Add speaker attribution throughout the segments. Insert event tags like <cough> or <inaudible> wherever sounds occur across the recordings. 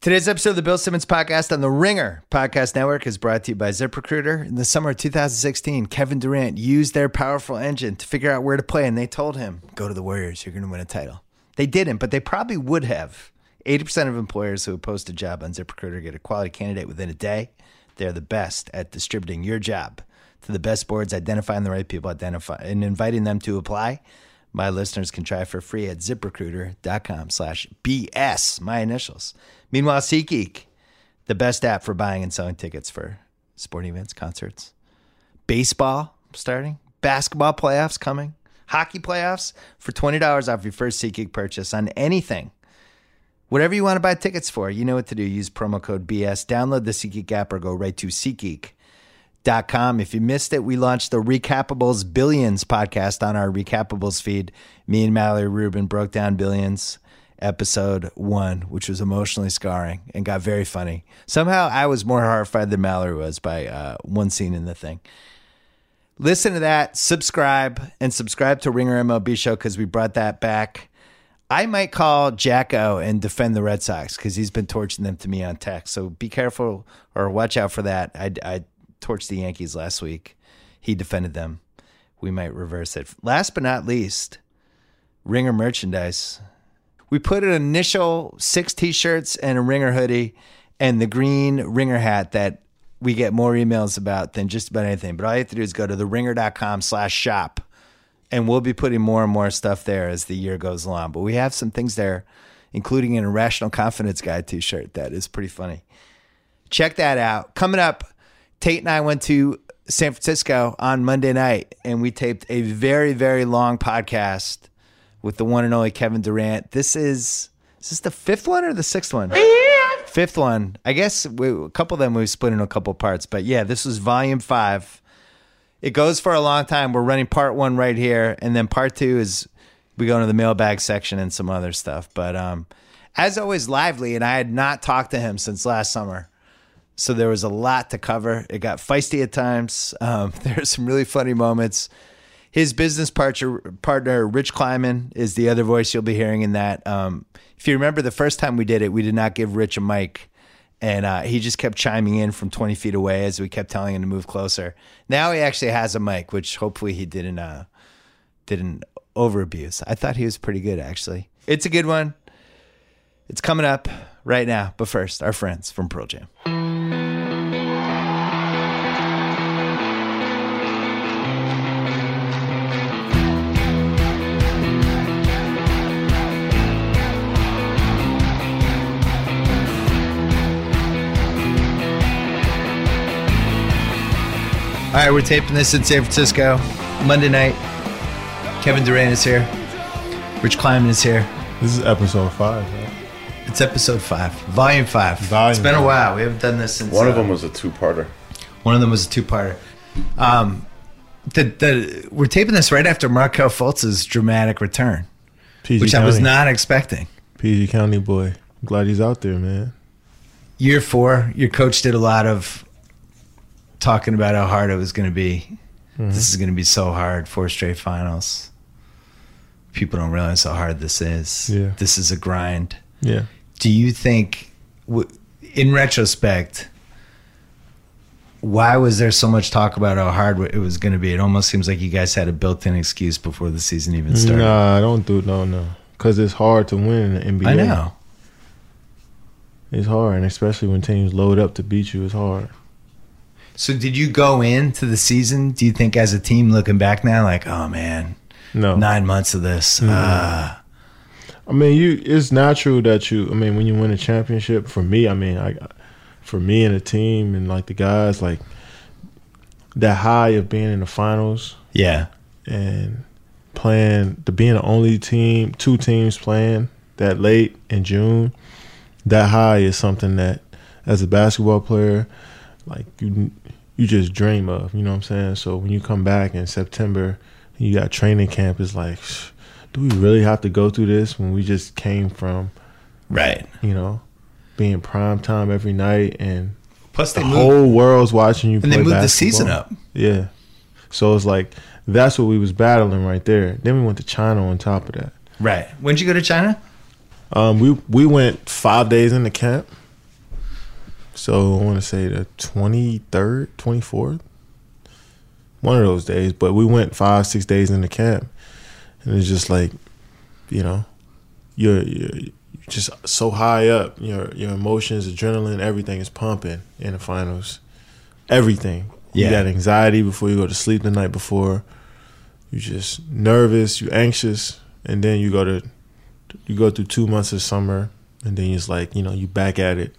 Speaker 1: Today's episode of the Bill Simmons Podcast on the Ringer Podcast Network is brought to you by ZipRecruiter. In the summer of 2016, Kevin Durant used their powerful engine to figure out where to play, and they told him, Go to the Warriors, you're going to win a title. They didn't, but they probably would have. 80% of employers who post a job on ZipRecruiter get a quality candidate within a day. They're the best at distributing your job to the best boards, identifying the right people, identify and inviting them to apply. My listeners can try for free at ziprecruiter.com slash BS, my initials. Meanwhile, SeatGeek, the best app for buying and selling tickets for sporting events, concerts, baseball starting, basketball playoffs coming, hockey playoffs for $20 off your first SeatGeek purchase on anything. Whatever you want to buy tickets for, you know what to do. Use promo code BS, download the SeatGeek app, or go right to SeatGeek. Com. If you missed it, we launched the Recapables Billions podcast on our Recapables feed. Me and Mallory Rubin broke down Billions episode one, which was emotionally scarring and got very funny. Somehow I was more horrified than Mallory was by uh, one scene in the thing. Listen to that, subscribe, and subscribe to Ringer MLB Show because we brought that back. I might call Jacko and defend the Red Sox because he's been torching them to me on text. So be careful or watch out for that. I, I torched the Yankees last week. He defended them. We might reverse it. Last but not least, Ringer merchandise. We put an initial six t shirts and a Ringer hoodie and the green Ringer hat that we get more emails about than just about anything. But all you have to do is go to theringer.com slash shop and we'll be putting more and more stuff there as the year goes along. But we have some things there, including an Irrational Confidence Guy t shirt that is pretty funny. Check that out. Coming up, Tate and I went to San Francisco on Monday night and we taped a very, very long podcast with the one and only Kevin Durant. This is, is this the fifth one or the sixth one? Fifth one. I guess we, a couple of them we split in a couple parts, but yeah, this was volume five. It goes for a long time. We're running part one right here, and then part two is we go into the mailbag section and some other stuff. But um, as always, lively, and I had not talked to him since last summer. So there was a lot to cover. It got feisty at times. Um, <laughs> there are some really funny moments. His business partner, partner Rich Kleiman, is the other voice you'll be hearing in that. Um, if you remember the first time we did it, we did not give Rich a mic. And uh, he just kept chiming in from 20 feet away as we kept telling him to move closer. Now he actually has a mic, which hopefully he didn't uh, didn't over abuse. I thought he was pretty good, actually. It's a good one. It's coming up right now. But first, our friends from Pearl Jam. All right, we're taping this in San Francisco, Monday night. Kevin Durant is here. Rich Kleiman is here.
Speaker 2: This is episode five. Right?
Speaker 1: It's episode five, volume five.
Speaker 2: Volume
Speaker 1: it's been a
Speaker 2: five.
Speaker 1: while. We haven't done this since
Speaker 3: One
Speaker 1: uh,
Speaker 3: of them was a two-parter.
Speaker 1: One of them was a two-parter. Um, the, the we're taping this right after Markel Fultz's dramatic return,
Speaker 2: PG
Speaker 1: which I
Speaker 2: County.
Speaker 1: was not expecting.
Speaker 2: PG County boy. I'm glad he's out there, man.
Speaker 1: Year four, your coach did a lot of talking about how hard it was going to be.
Speaker 2: Mm-hmm.
Speaker 1: This is going to be so hard. Four straight finals. People don't realize how hard this is.
Speaker 2: Yeah.
Speaker 1: This is a grind.
Speaker 2: Yeah.
Speaker 1: do you think w- in retrospect why was there so much talk about how hard it was going to be it almost seems like you guys had a built-in excuse before the season even started
Speaker 2: Nah, I don't do no no. Cause it's hard to win in the NBA.
Speaker 1: i know
Speaker 2: It's hard, and especially when teams load up to beat you, it's hard.
Speaker 1: so did you go into the season do you think as a team looking back now like oh man
Speaker 2: No.
Speaker 1: nine months of this uh,
Speaker 2: I mean, you. It's natural that you. I mean, when you win a championship, for me, I mean, I, for me and the team and like the guys, like that high of being in the finals
Speaker 1: yeah
Speaker 2: and playing the being the only team, two teams playing that late in June. That high is something that, as a basketball player, like you, you just dream of. You know what I'm saying? So when you come back in September, you got training camp. It's like, do we really have to go through this when we just came from
Speaker 1: right
Speaker 2: you know being prime time every night and
Speaker 1: plus
Speaker 2: the whole world's watching you.
Speaker 1: and
Speaker 2: play
Speaker 1: they moved
Speaker 2: basketball.
Speaker 1: the season up
Speaker 2: Yeah. So it's like that's what we was battling right there. Then we went to China on top of that.
Speaker 1: right when'd you go to china
Speaker 2: Um, we we went five days into camp, So I want to say the 23rd, 24th, one of those days. But we went five, six days in the camp, and it's just like, you know, you're, you're just so high up. Your your emotions, adrenaline, everything is pumping in the finals. Everything.
Speaker 1: Yeah.
Speaker 2: You got anxiety before you go to sleep the night before. You just nervous. You anxious, and then you go to you go through two months of summer, and then it's like you know you back at it,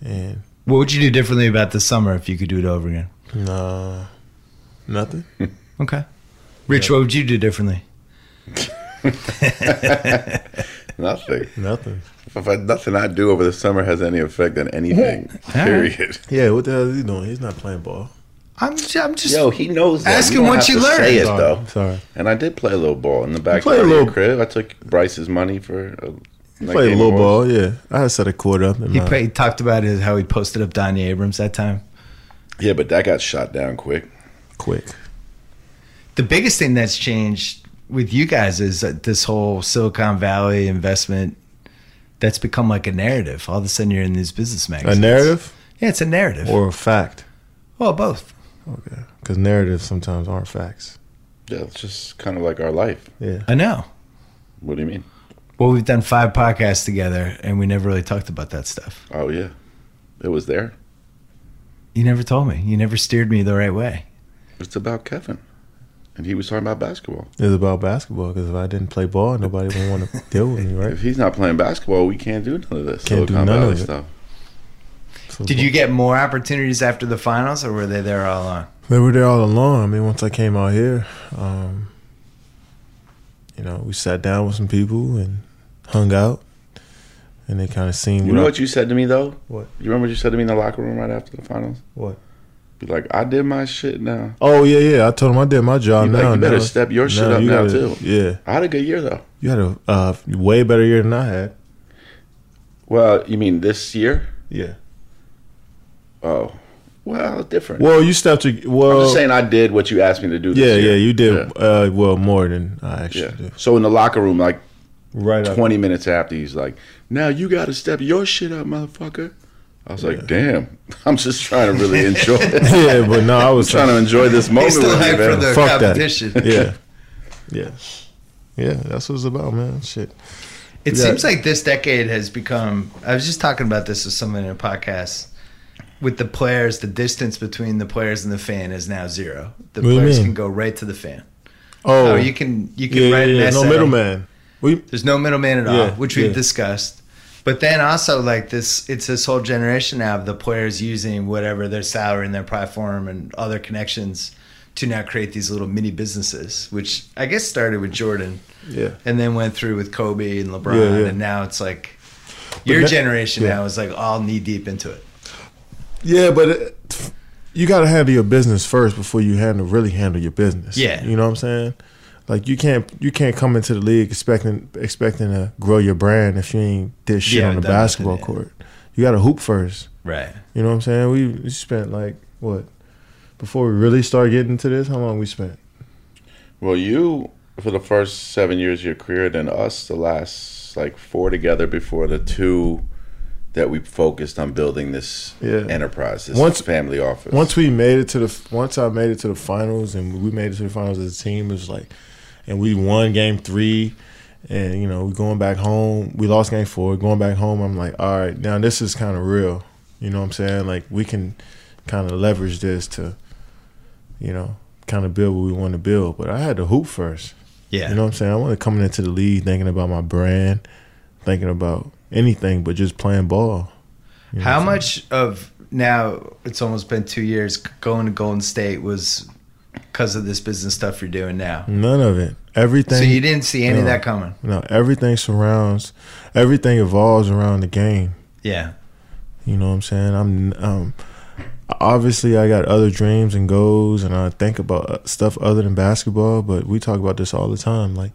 Speaker 2: and
Speaker 1: What would you do differently about the summer if you could do it over again?
Speaker 2: nah, nothing.
Speaker 1: Okay. Rich, what would you do differently?
Speaker 3: Nothing.
Speaker 2: Nothing.
Speaker 3: If I, nothing I do over the summer has any effect on anything.
Speaker 2: <laughs>
Speaker 1: All right.
Speaker 3: period.
Speaker 2: Yeah, what the hell is he doing? He's not playing ball.
Speaker 1: I'm just, I'm just
Speaker 3: Yo, he knows. That.
Speaker 1: Ask him
Speaker 3: don't
Speaker 1: what
Speaker 3: have
Speaker 1: you
Speaker 3: to
Speaker 1: learned.
Speaker 3: Say it
Speaker 2: sorry,
Speaker 3: though.
Speaker 2: sorry.
Speaker 3: And I did play a little ball in the back
Speaker 2: played
Speaker 3: of
Speaker 2: a
Speaker 3: the
Speaker 2: little-
Speaker 3: crib. I took Bryce's money for. uh, A,
Speaker 2: He played a little ball. Yeah, I had set a quarter up. In
Speaker 1: he
Speaker 2: my,
Speaker 1: played, talked about his, how he posted up Donnie Abrams that time.
Speaker 3: Yeah, but that got shot down quick.
Speaker 2: quick.
Speaker 1: The biggest thing that's changed with you guys is that this whole Silicon Valley investment that's become like a narrative. All of a sudden, you're in these business
Speaker 2: A
Speaker 1: magazines.
Speaker 2: narrative
Speaker 1: Yeah, it's a narrative.
Speaker 2: or a fact?
Speaker 1: well, both.
Speaker 2: Okay, because narratives sometimes aren't facts.
Speaker 3: Yeah, it's just kind of like our life.
Speaker 2: Yeah,
Speaker 1: I know.
Speaker 3: What do you mean?
Speaker 1: Well, we've done five podcasts together, and we never really talked about that stuff.
Speaker 3: Oh yeah, it was there.
Speaker 1: You never told me. You never steered me the right way.
Speaker 3: It's about Kevin, and he was talking about basketball.
Speaker 2: it's about basketball. Because if I didn't play ball, nobody would
Speaker 3: <laughs>
Speaker 2: want to deal with me, right?
Speaker 3: If he's not playing basketball, we can't do none of this.
Speaker 2: Can't do
Speaker 3: Silicon
Speaker 2: none of
Speaker 3: Valley
Speaker 2: it.
Speaker 3: stuff.
Speaker 2: So-
Speaker 1: Did you get more opportunities after the finals, or were they there all along?
Speaker 2: They were there all along. I mean, once I came out here, um, you know, we sat down with some people and hung out, and they kind of seen
Speaker 3: You know what you said to me though?
Speaker 2: What?
Speaker 3: You remember what you said to me in the locker room right after the finals?
Speaker 2: What?
Speaker 3: Be like, I did my shit now.
Speaker 2: oh yeah, yeah. I told them I did my job.
Speaker 3: You like,
Speaker 2: now
Speaker 3: you better
Speaker 2: now-
Speaker 3: step your shit up
Speaker 2: you
Speaker 3: now,
Speaker 2: gotta-
Speaker 3: too.
Speaker 2: Yeah,
Speaker 3: I had a good year though.
Speaker 2: you had a uh, way better year than I had.
Speaker 3: Well, you mean this year?
Speaker 2: Yeah.
Speaker 3: Oh, well, different.
Speaker 2: Well, you stepped. To, well,
Speaker 3: I'm just saying I did what you asked me to do. This
Speaker 2: yeah,
Speaker 3: year.
Speaker 2: yeah. You did
Speaker 3: Yeah,
Speaker 2: Uh, well more than I actually
Speaker 3: Yeah.
Speaker 2: did.
Speaker 3: So in the locker room, like
Speaker 2: Right. up-
Speaker 3: 20 minutes after, he's like, "Now you got to step your shit up, motherfucker." I was like, "Damn, <laughs> I'm just trying to really
Speaker 2: <laughs>
Speaker 3: enjoy
Speaker 2: <laughs>
Speaker 3: it.
Speaker 2: yeah, but no, I
Speaker 3: I'm
Speaker 2: was
Speaker 3: trying to enjoy this moment
Speaker 1: still
Speaker 3: with you,
Speaker 1: hype for
Speaker 3: man.
Speaker 1: the-
Speaker 2: fuck
Speaker 1: competition.
Speaker 2: That. <laughs> Yeah, yeah, yeah. That's what it's about, man. Shit.
Speaker 1: It
Speaker 2: Yeah.
Speaker 1: seems like this decade has become. I was just talking about this with someone in a podcast. With the players, the distance between the players and the fan is now zero. The
Speaker 2: What do you
Speaker 1: players
Speaker 2: mean?
Speaker 1: can go right to the fan.
Speaker 2: Oh,
Speaker 1: Oh, you can you can
Speaker 2: yeah,
Speaker 1: write
Speaker 2: yeah,
Speaker 1: an
Speaker 2: yeah.
Speaker 1: essay.
Speaker 2: No middleman. We
Speaker 1: There's no middleman at all,
Speaker 2: Yeah,
Speaker 1: which we've
Speaker 2: yeah.
Speaker 1: discussed. But then also like this, it's this whole generation now of the players using whatever their salary and their platform and other connections to now create these little mini businesses, which I guess started with Jordan
Speaker 2: yeah.
Speaker 1: and then went through with Kobe and LeBron,
Speaker 2: Yeah, yeah.
Speaker 1: and now it's like your
Speaker 2: that-
Speaker 1: generation
Speaker 2: yeah.
Speaker 1: now is like all knee deep into it.
Speaker 2: Yeah, but it, you got to handle your business first before you handle really handle your business.
Speaker 1: Yeah.
Speaker 2: you know what I'm saying. Like you can't you can't come into the league expecting expecting to grow your brand if you ain't did shit
Speaker 1: Yeah,
Speaker 2: on the
Speaker 1: done nothing,
Speaker 2: basketball
Speaker 1: yeah.
Speaker 2: court. You got to hoop first.
Speaker 1: Right.
Speaker 2: You know what I'm saying? We we spent like what before we really start getting into this. How long we spent?
Speaker 3: Well, you for the first seven years of your career, then us the last like four together before the two that we focused on building this
Speaker 2: Yeah.
Speaker 3: enterprise, this
Speaker 2: Once-
Speaker 3: family office.
Speaker 2: Once we made it to the once I made it to the finals and we made it to the finals as a team, it was like, and we won game three, and you know we going back home. We lost game four, going back home. I'm like, all right, now this is kind of real. You know what I'm saying? Like we can kind of leverage this to, you know, kind of build what we want to build. But I had to hoop first.
Speaker 1: Yeah.
Speaker 2: You know what I'm saying? I wasn't coming into the league thinking about my brand, thinking about anything but just playing ball. You know
Speaker 1: How
Speaker 2: what I'm saying?
Speaker 1: much of now it's almost been two years going to Golden State was because of this business stuff you're doing now.
Speaker 2: None of it. Everything.
Speaker 1: So you didn't see any of
Speaker 2: No.
Speaker 1: that coming.
Speaker 2: No, everything surrounds, everything evolves around the game.
Speaker 1: Yeah.
Speaker 2: You know what I'm saying? I'm um, obviously I got other dreams and goals, and I think about uh, stuff other than basketball. But we talk about this all the time. Like,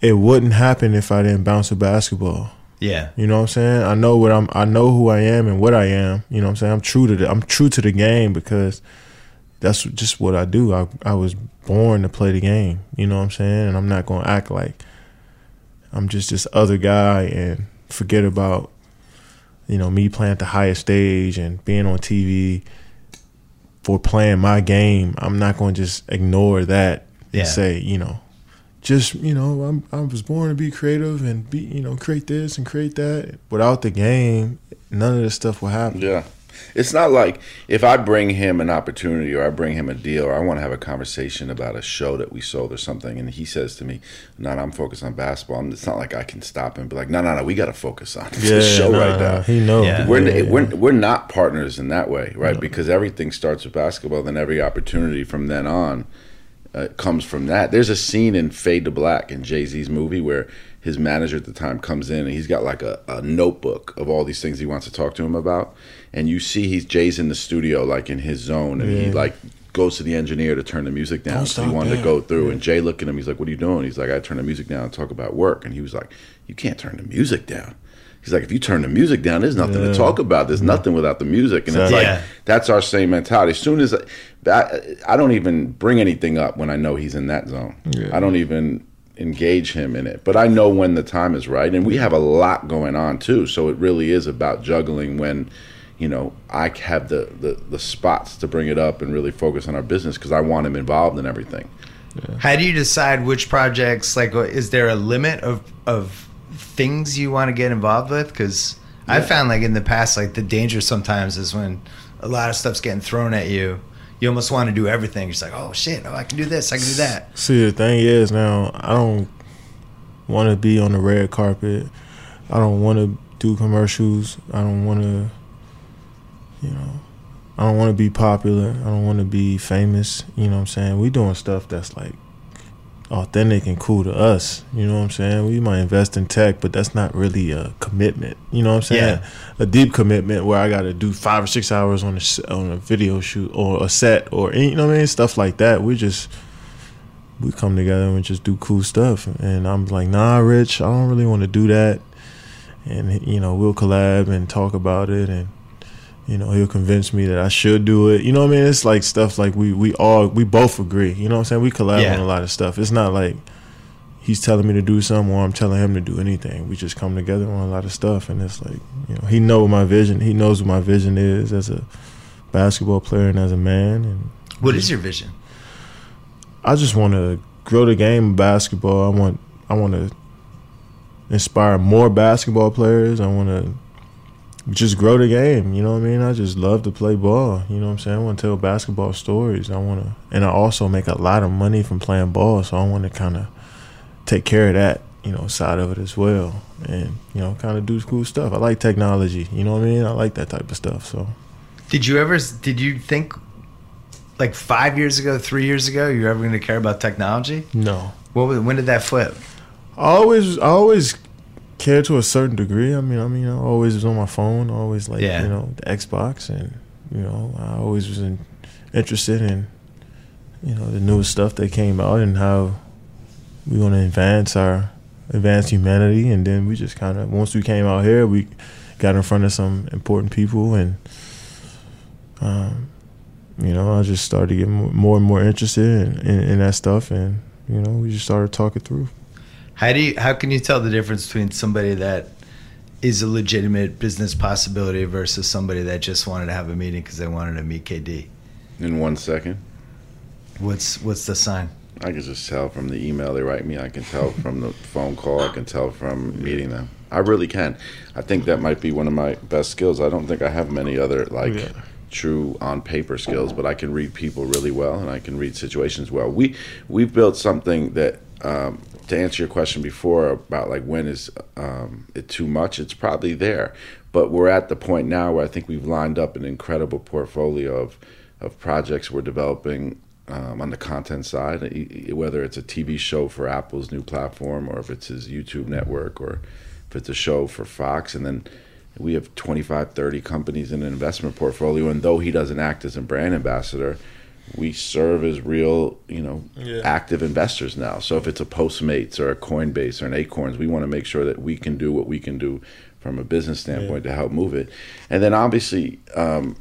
Speaker 2: it wouldn't happen if I didn't bounce a basketball.
Speaker 1: Yeah.
Speaker 2: You know what I'm saying? I know what I'm. I know who I am and what I am. You know what I'm saying? I'm true to the. I'm true to the game because that's just what I do. I I was born to play the game. You know what I'm saying? And I'm not gonna act like I'm just this other guy and forget about you know, me playing at the highest stage and being on TV for playing my game, I'm not going to just ignore that
Speaker 1: Yeah.
Speaker 2: and say, you know, just you know, I'm I was born to be creative and be you know create this and create that. Without the game, none of this stuff will happen.
Speaker 3: Yeah. It's not like if I bring him an opportunity or I bring him a deal or I want to have a conversation about a show that we sold or something, and he says to me, No, no, I'm focused on basketball. I'm, it's not like I can stop and be like, No, no, no, we got to focus on <laughs> this show
Speaker 2: nah,
Speaker 3: right now.
Speaker 2: He knows.
Speaker 1: Yeah.
Speaker 3: We're, we're, we're not partners in that way, right? Because everything starts with basketball, then every opportunity from then on uh, comes from that. There's a scene in Fade to Black in Jay Z's movie where his manager at the time comes in and he's got like a, a notebook of all these things he wants to talk to him about. And you see he's Jay's in the studio, like in his zone, and he
Speaker 2: Yeah.
Speaker 3: like goes to the engineer to turn the music down.
Speaker 2: Don't
Speaker 3: So he
Speaker 2: stop
Speaker 3: wanted to
Speaker 2: that.
Speaker 3: go through, and Jay looked at him. He's like, "What are you doing?" He's like, "I turn the music down and talk about work." And he was like, "You can't turn the music down." He's like, "If you turn the music down, there's nothing to
Speaker 2: Yeah. Mm-hmm.
Speaker 3: talk about. There's nothing without the music." And it's
Speaker 2: Yeah.
Speaker 3: like that's our same mentality. As soon as I, I, I don't even bring anything up when I know he's in that zone.
Speaker 2: Yeah.
Speaker 3: I don't even engage him in it. But I know when the time is right, and we have a lot going on too. So it really is about juggling when. You know, I have the, the, the spots to bring it up and really focus on our business because I want him involved in everything.
Speaker 1: How do you decide which projects? Like, what- is there a limit of of things you want to get involved with? Because I found like in the past, like the danger sometimes is when a lot of stuff's getting thrown at you. You almost want to do everything. You're just like, oh shit, oh I can do this, I can do that.
Speaker 2: See, the thing is now, I don't want to be on the red carpet. I don't want to do commercials. I don't want to, you know, I don't want to be popular. I don't want to be famous. You know what I'm saying? We doing stuff that's like authentic and cool to us. You know what I'm saying? We might invest in tech, but that's not really a commitment. You know what I'm saying? A deep commitment where I got to do five or six hours on a s- on a video shoot or a set or any- you know what I mean? Stuff like that. We just we come together and we just do cool stuff. And I'm like, nah, Rich, I don't really want to do that. And you know, we'll collab and talk about it, and you know, he'll convince me that I should do it. You know what I mean? It's like stuff like we we all we both agree. You know what I'm saying? We collab
Speaker 1: Yeah.
Speaker 2: on a lot of stuff. It's not like he's telling me to do something or I'm telling him to do anything. We just come together on a lot of stuff, and it's like you know, he know my vision. He knows what my vision is as a basketball player and as a man, and
Speaker 1: What is your vision?
Speaker 2: I just want to grow the game of basketball. I want I want to inspire more basketball players. I want to just grow the game. You know what I mean? I just love to play ball. You know what I'm saying? I want to tell basketball stories. I want to, and I also make a lot of money from playing ball. So I want to kind of take care of that. You know, side of it as well, and you know, kind of do cool stuff. I like technology. You know what I mean? I like that type of stuff. So
Speaker 1: Did you ever? Did you think like five years ago, three years ago, you were ever going to care about technology?
Speaker 2: no,
Speaker 1: What? was- When did that flip?
Speaker 2: I always I always care to a certain degree. I mean, I mean, I always was on my phone. I always like
Speaker 1: Yeah.
Speaker 2: you know the Xbox, and you know, I always was in, interested in you know the newest stuff that came out and how we want to advance our advance humanity. And then we just kind of once we came out here, we got in front of some important people and. Um, you know, I just started getting mo- more and more interested in, in, in that stuff, and you know, we just started talking through.
Speaker 1: How do you? How can you tell the difference between somebody that is a legitimate business possibility versus somebody that just wanted to have a meeting because they wanted to meet KD?
Speaker 3: In one second,
Speaker 1: What's What's the sign?
Speaker 3: I can just tell from the email they write me. I can tell from the phone call. I can tell from meeting them. I really can. I think that might be one of my best skills. I don't think I have many other like
Speaker 2: Yeah.
Speaker 3: true on paper skills, but I can read people really well and I can read situations well. We we've built something that um, to answer your question before about like when is um, it too much? It's probably there, but we're at the point now where I think we've lined up an incredible portfolio of of projects we're developing um, on the content side, e- e- whether it's a TV show for Apple's new platform or if it's his YouTube network or if it's a show for Fox. And then we have 25, 30 companies in an investment portfolio. And though he doesn't act as a brand ambassador, we serve as real, you know,
Speaker 2: Yeah.
Speaker 3: active investors now. So if it's a Postmates or a Coinbase or an Acorns, we want to make sure that we can do what we can do from a business standpoint to help move it. And then obviously, um,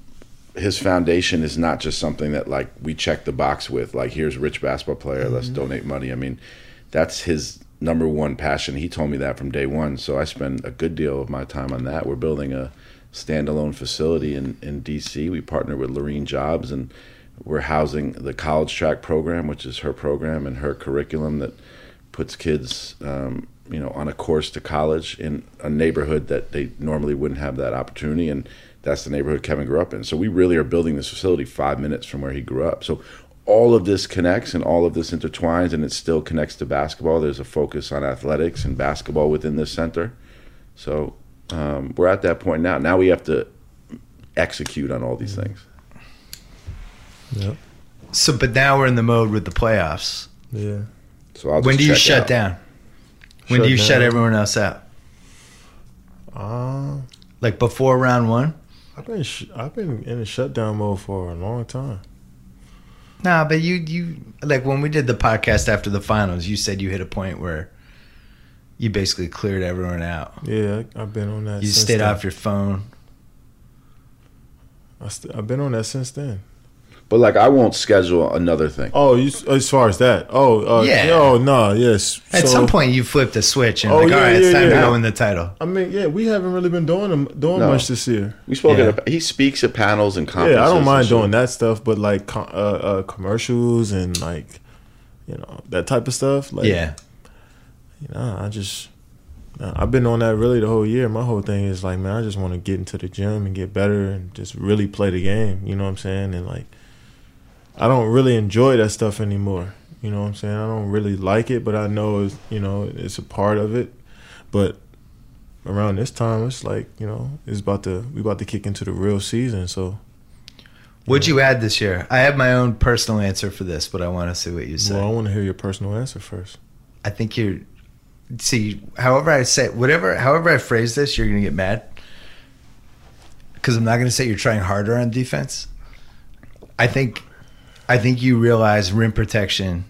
Speaker 3: his foundation is not just something that like we check the box with like here's a rich basketball player let's donate money i mean that's his number one passion he told me that from day one so i spend a good deal of my time on that we're building a standalone facility in, in DC. We partner with Lorene Jobs and we're housing the college track program, which is her program and her curriculum that puts kids, um, you know, on a course to college in a neighborhood that they normally wouldn't have that opportunity. And that's the neighborhood Kevin grew up in. So we really are building this facility five minutes from where he grew up. So all of this connects and all of this intertwines and it still connects to basketball. There's a focus on athletics and basketball within this center. So um, we're at that point now. Now we have to execute on all these things.
Speaker 2: Yep.
Speaker 1: So, but now we're in the mode with the playoffs.
Speaker 2: Yeah.
Speaker 3: So I'll
Speaker 1: when
Speaker 3: just
Speaker 1: do you
Speaker 3: check
Speaker 1: shut
Speaker 3: out.
Speaker 1: down? When do
Speaker 2: Shut
Speaker 1: you shut
Speaker 2: down.
Speaker 1: everyone else out?
Speaker 2: Um,
Speaker 1: Like before round one?
Speaker 2: I've been sh- I've been in a shutdown mode for a long time.
Speaker 1: Nah, but you you like when we did the podcast after the finals, you said you hit a point where you basically cleared everyone out.
Speaker 2: Yeah, I, I've been on that.
Speaker 1: You
Speaker 2: since
Speaker 1: stayed
Speaker 2: then.
Speaker 1: off your phone.
Speaker 2: I st- I've been on that since then.
Speaker 3: But like, I won't schedule another thing.
Speaker 2: Oh, you, s- as far as that? Oh, uh,
Speaker 1: Yeah.
Speaker 2: yeah. Oh no, yes.
Speaker 1: At
Speaker 2: So,
Speaker 1: some point, you flipped the switch and
Speaker 2: Oh,
Speaker 1: like,
Speaker 2: yeah,
Speaker 1: all right, it's
Speaker 2: yeah,
Speaker 1: time to
Speaker 2: yeah.
Speaker 1: go win the title.
Speaker 2: I mean, yeah, we haven't really been doing them- doing
Speaker 3: No.
Speaker 2: much this year.
Speaker 3: We spoke
Speaker 1: Yeah.
Speaker 3: at a, he speaks at panels and conferences.
Speaker 2: Yeah, I don't mind doing
Speaker 3: that.
Speaker 2: that stuff, but like co- uh, uh, commercials and like, you know, that type of stuff. Like,
Speaker 1: yeah,
Speaker 2: you know, I just. nah, I've been on that really the whole year. My whole thing is like, man, I just want to get into the gym and get better and just really play the game. You know what I'm saying? And like, I don't really enjoy that stuff anymore. You know what I'm saying? I don't really like it, but I know it's, you know it's a part of it. But around this time, it's like you know it's about to we about to kick into the real season. So
Speaker 1: What'd you add this year? I have my own personal answer for this, but I want to see what you say.
Speaker 2: well, I want to hear your personal answer first.
Speaker 1: I think you're. See, however I say, whatever, however I phrase this, you're gonna get mad because I'm not gonna say you're trying harder on defense. I think, I think you realize rim protection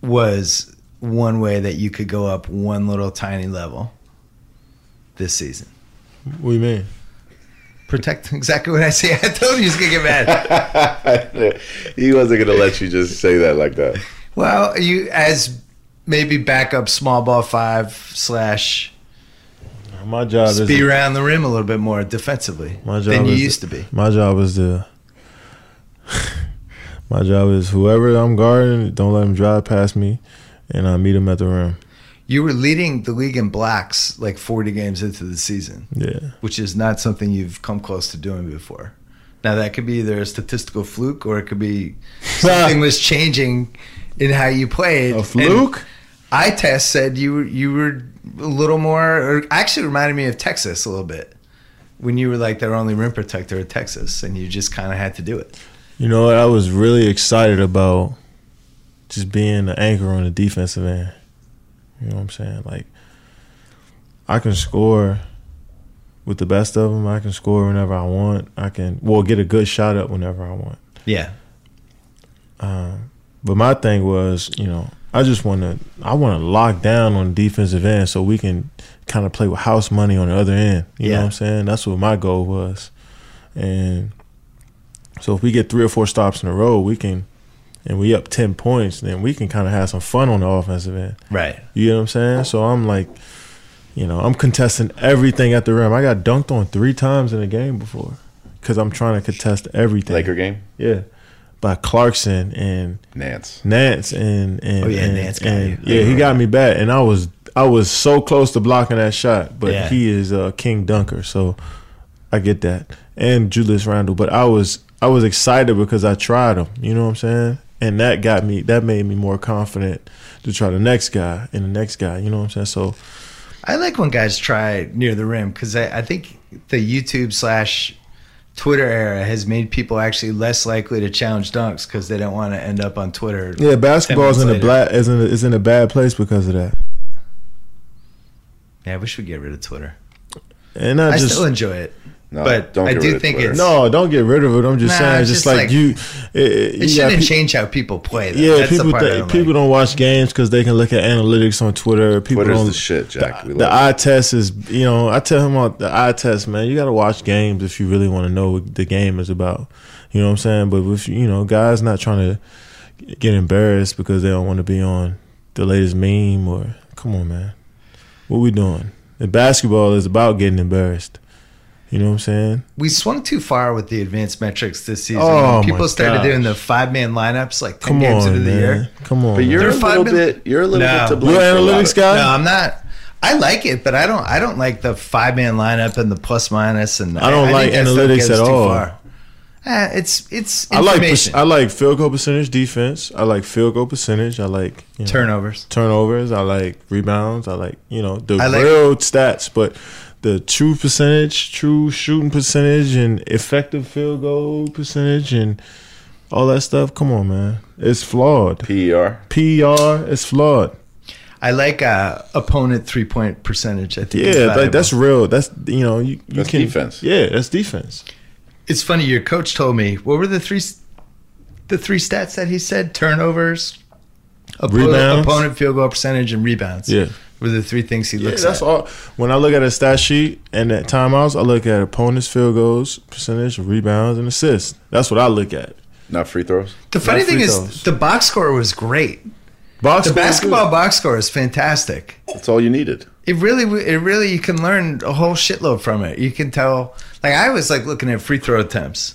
Speaker 1: was one way that you could go up one little tiny level this season.
Speaker 2: What do you mean?
Speaker 1: Protect <laughs> exactly what I say. I told you he's gonna get mad.
Speaker 3: <laughs> he wasn't going to let you just say that like that.
Speaker 1: well, you as maybe backup small ball five slash
Speaker 2: My job is
Speaker 1: be around the rim a little bit more defensively
Speaker 2: Oh, My job
Speaker 1: than you
Speaker 2: is-
Speaker 1: used to be.
Speaker 2: My job is to. my job is whoever I'm guarding, don't let him drive past me, and I meet him at the rim.
Speaker 1: You were leading the league in blocks like 40 games into the season,
Speaker 2: Yeah,
Speaker 1: which is not something you've come close to doing before. Now that could be either a statistical fluke or it could
Speaker 2: <laughs>
Speaker 1: be something was changing in how you played.
Speaker 2: a fluke.
Speaker 1: I test said you were you were a little more, or actually reminded me of Texas a little bit when you were like their only rim protector at Texas, and you just kind of had to do it.
Speaker 2: You know what? I was really excited about just being an anchor on the defensive end. You know what I'm saying? Like, I can score with the best of them. I can score whenever I want. I can, well, get a good shot up whenever I want.
Speaker 1: Yeah,
Speaker 2: Um, but my thing was, you know, I just want to, I want to lock down on the defensive end so we can kind of play with house money on the other end. You
Speaker 1: Yeah.
Speaker 2: know what I'm saying? That's what my goal was. And so if we get three or four stops in a row, we can, and we up 10 points, then we can kind of have some fun on the offensive end.
Speaker 1: right.
Speaker 2: You know what I'm saying? So I'm like, you know, I'm contesting everything at the rim. I got dunked on three times in a game before because I'm trying to contest everything.
Speaker 3: Laker game?
Speaker 2: Yeah. By Clarkson and
Speaker 3: Nance.
Speaker 2: Nance and and
Speaker 1: Oh, yeah,
Speaker 2: and-
Speaker 1: Nance got
Speaker 2: and-
Speaker 1: you.
Speaker 2: yeah, he got me back, and I was I was so close to blocking that shot, but
Speaker 1: Yeah.
Speaker 2: he is a king dunker, so I get that. And Julius Randle, but I was I was excited because I tried him. You know what I'm saying? And that got me. That made me more confident to try the next guy and the next guy. You know what I'm saying? So
Speaker 1: I like when guys try near the rim because I, I think the YouTube slash Twitter era has made people actually less likely to challenge dunks because they don't want to end up on Twitter.
Speaker 2: yeah, basketball is in a
Speaker 1: minutes
Speaker 2: black is in a, is in a bad place because of that.
Speaker 1: Yeah, we should get rid of Twitter.
Speaker 2: And I,
Speaker 1: I
Speaker 2: just
Speaker 1: still enjoy it.
Speaker 3: No,
Speaker 1: But
Speaker 3: don't
Speaker 1: I
Speaker 3: get
Speaker 1: do
Speaker 3: rid of
Speaker 1: think
Speaker 3: Twitter.
Speaker 1: it's-
Speaker 2: no, don't get rid of it. I'm just
Speaker 1: Nah,
Speaker 2: saying,
Speaker 1: it's
Speaker 2: just,
Speaker 1: just
Speaker 2: like,
Speaker 1: like-
Speaker 2: you, it, it-
Speaker 1: It
Speaker 2: you got
Speaker 1: shouldn't
Speaker 2: peop-
Speaker 1: change how people play. Though.
Speaker 2: Yeah,
Speaker 1: That's
Speaker 2: people
Speaker 1: the part I
Speaker 2: th-
Speaker 1: don't like.
Speaker 2: people don't watch games because they can look at analytics on Twitter. People
Speaker 3: Twitter's
Speaker 2: don't.
Speaker 3: the shit, Jack. We
Speaker 2: the
Speaker 3: love
Speaker 2: eye test is, you know, I tell him on the eye test, man. You got to watch games if you really want to know what the game is about. You know what I'm saying? But if you you know, guys not trying to get embarrassed because they don't want to be on the latest meme or come on, man. What we doing? And basketball is about getting embarrassed. You know what I'm saying?
Speaker 1: We swung too far with the advanced metrics this season.
Speaker 2: Oh,
Speaker 1: When people
Speaker 2: my
Speaker 1: started
Speaker 2: gosh.
Speaker 1: doing the five man lineups like 10
Speaker 2: Come
Speaker 1: games into
Speaker 2: on,
Speaker 1: the
Speaker 2: man.
Speaker 1: year.
Speaker 2: Come on.
Speaker 3: But you're
Speaker 1: They're
Speaker 3: a
Speaker 1: five
Speaker 3: little
Speaker 1: minutes-
Speaker 3: bit. You're a little
Speaker 1: No.
Speaker 3: bit to
Speaker 2: you
Speaker 3: blame.
Speaker 2: an
Speaker 3: for a lot of-
Speaker 2: analytics guy.
Speaker 1: No, I'm not. I like it, but I don't. I don't like the five man lineup and the plus minus and.
Speaker 2: I don't like
Speaker 1: think that stuff
Speaker 2: analytics
Speaker 1: gets
Speaker 2: at
Speaker 1: too
Speaker 2: all.
Speaker 1: far. Eh, it's it's
Speaker 2: I like
Speaker 1: information.
Speaker 2: I like field goal percentage defense. I like field goal percentage. I like you know,
Speaker 1: turnovers.
Speaker 2: turnovers. I like rebounds. I like you know the
Speaker 1: I like-
Speaker 2: real stats, but the true percentage, true shooting percentage, and effective field goal percentage, and all that stuff. Come on, man, it's flawed.
Speaker 3: PER.
Speaker 2: PR is flawed.
Speaker 1: I like uh, opponent three point percentage. I think. it's
Speaker 2: Yeah, like
Speaker 1: valuable.
Speaker 2: that's real. That's you know you, you
Speaker 3: That's
Speaker 2: can
Speaker 3: defense.
Speaker 2: Yeah, that's defense.
Speaker 1: It's funny. Your coach told me what were the three, the three stats that he said: turnovers, oppo-
Speaker 2: Rebounds.
Speaker 1: opponent field goal percentage, and rebounds.
Speaker 2: Yeah.
Speaker 1: were the three things he
Speaker 2: Yeah,
Speaker 1: looks
Speaker 2: that's
Speaker 1: at.
Speaker 2: all. When I look at a stat sheet and at timeouts, I look at opponents' field goals, percentage, rebounds, and assists. That's what I look at.
Speaker 3: Not free throws.
Speaker 1: The funny
Speaker 2: Not
Speaker 1: thing
Speaker 2: free
Speaker 1: is,
Speaker 2: throws.
Speaker 1: the box score was great.
Speaker 2: Box
Speaker 1: The
Speaker 2: score is
Speaker 1: basketball box score is fantastic.
Speaker 3: That's all you needed.
Speaker 1: It really, it really, you can learn a whole shitload from it. You can tell, like I was like looking at free throw attempts,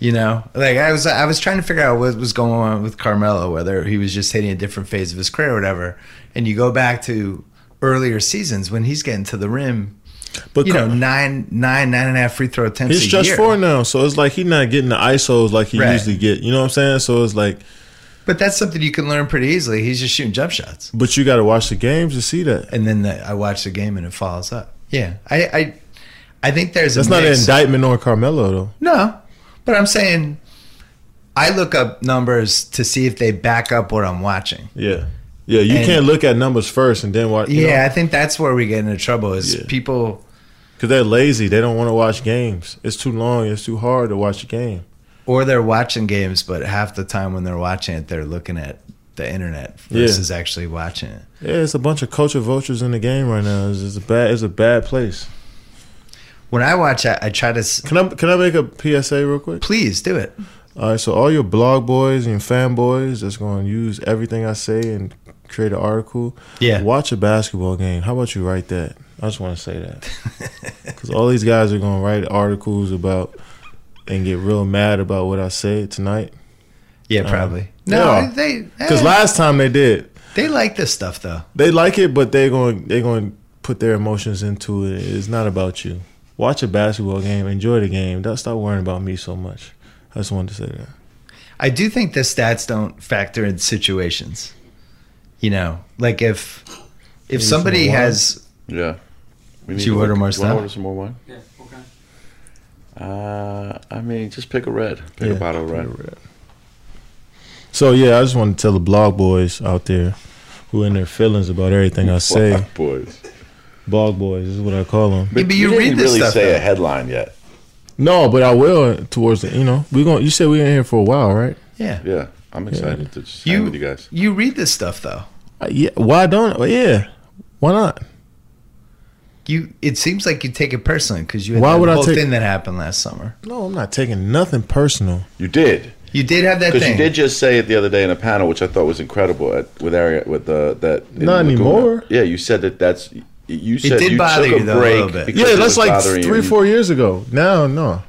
Speaker 1: you know, like I was, I was trying to figure out what was going on with Carmelo, whether he was just hitting a different phase of his career or whatever. And you go back to earlier seasons when he's getting to the rim,
Speaker 2: good. But
Speaker 1: you know,
Speaker 2: come-
Speaker 1: nine, nine, nine and a half free throw attempts.
Speaker 2: He's
Speaker 1: a
Speaker 2: stretch
Speaker 1: year.
Speaker 2: four now, so it's like he's not getting the ISOs like he
Speaker 1: Right.
Speaker 2: usually get. You know what I'm saying? So it's like,
Speaker 1: but that's something you can learn pretty easily. He's just shooting jump shots.
Speaker 2: but you got to watch the games to see that.
Speaker 1: and then the, I watch the game and it follows up. Yeah, I I, I think there's
Speaker 2: That's
Speaker 1: a
Speaker 2: not an
Speaker 1: mix.
Speaker 2: indictment on Carmelo though.
Speaker 1: no, but I'm saying I look up numbers to see if they back up what I'm watching.
Speaker 2: Yeah, yeah. You
Speaker 1: And-
Speaker 2: can't look at numbers first and then watch. You
Speaker 1: yeah,
Speaker 2: yeah,
Speaker 1: I think that's where we get into trouble is
Speaker 2: Yeah.
Speaker 1: people.
Speaker 2: because they're lazy. They don't want to watch games. It's too long. It's too hard to watch a game.
Speaker 1: Or they're watching games, but half the time when they're watching it, they're looking at the internet
Speaker 2: Yeah.
Speaker 1: versus actually watching it.
Speaker 2: Yeah, it's a bunch of culture vultures in the game right now. It's, it's a bad. It's a bad place.
Speaker 1: When I watch, I, I try to s-
Speaker 2: Can I can I make a PSA real quick?
Speaker 1: please do it.
Speaker 2: All right, so all your blog boys and fanboys that's going to use everything I say and create an article.
Speaker 1: Yeah.
Speaker 2: Watch a basketball game. How about you write that? I just want to say that. Because all these guys are going to write articles about and get real mad about what I said tonight.
Speaker 1: Yeah, probably. no,
Speaker 2: Um, yeah.
Speaker 1: they
Speaker 2: Because
Speaker 1: eh,
Speaker 2: last time they did,
Speaker 1: they like this stuff though.
Speaker 2: they like it, but they're going they're going to put their emotions into it. It's not about you. Watch a basketball game. Enjoy the game. Don't stop worrying about me so much. I just wanted to say that.
Speaker 1: I do think the stats don't factor in situations. You know, like if if
Speaker 2: some
Speaker 1: somebody
Speaker 2: wine?
Speaker 1: has
Speaker 3: Yeah. We
Speaker 1: you
Speaker 3: to
Speaker 1: order more
Speaker 3: look- you wanna
Speaker 1: stuff?
Speaker 3: Order some more wine.
Speaker 4: Yeah, okay.
Speaker 3: Uh, I mean, just pick a red. Pick a bottle of red.
Speaker 2: So yeah, I just want to tell the blog boys out there who in their feelings about everything I say.
Speaker 3: Fuck, boys.
Speaker 2: blog boys is what I call them.
Speaker 1: Maybe you read
Speaker 3: didn't
Speaker 1: this
Speaker 3: really
Speaker 1: stuff,
Speaker 3: say
Speaker 1: though.
Speaker 3: a headline yet.
Speaker 2: No, but I will towards the you know we going you said we in here for a while, right?
Speaker 1: yeah.
Speaker 3: Yeah, I'm excited to just hang
Speaker 1: You-
Speaker 3: with you guys.
Speaker 1: You read this stuff though.
Speaker 2: Uh, yeah. Why don't? Yeah. Why not?
Speaker 1: You it seems like you take it personally because you had
Speaker 2: Why
Speaker 1: that
Speaker 2: would I
Speaker 1: whole
Speaker 2: take-
Speaker 1: thing that happened last summer.
Speaker 2: No, I'm not taking nothing personal.
Speaker 3: You did.
Speaker 1: You did have that
Speaker 3: Because you
Speaker 1: thing.
Speaker 3: did just say it the other day in a panel, which I thought was incredible. At, with area with the that in
Speaker 2: Not
Speaker 3: Laguna.
Speaker 2: anymore.
Speaker 3: Yeah, you said that that's you said
Speaker 1: did
Speaker 3: you
Speaker 1: bother
Speaker 3: took
Speaker 1: you,
Speaker 3: a
Speaker 1: though, a
Speaker 3: break.
Speaker 1: little bit.
Speaker 3: because
Speaker 2: Yeah,
Speaker 3: it
Speaker 2: that's
Speaker 3: was
Speaker 2: like
Speaker 3: bothering you.
Speaker 2: three, four years ago. Now, no.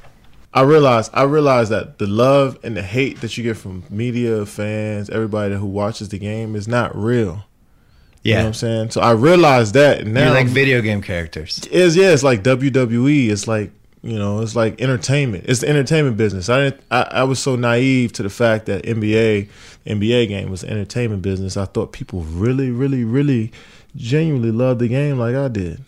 Speaker 2: I realized I realized that the love and the hate that you get from media, fans, everybody who watches the game is not real. You know what
Speaker 1: yeah.
Speaker 2: I'm saying? So I realized that and now
Speaker 1: You're like
Speaker 2: I'm-
Speaker 1: video game characters.
Speaker 2: is yeah, it's like WWE. It's like you know, it's like entertainment. It's the entertainment business. I didn't. I, I was so naive to the fact that NBA NBA game was the entertainment business. I thought people really, really, really, genuinely loved the game like I did.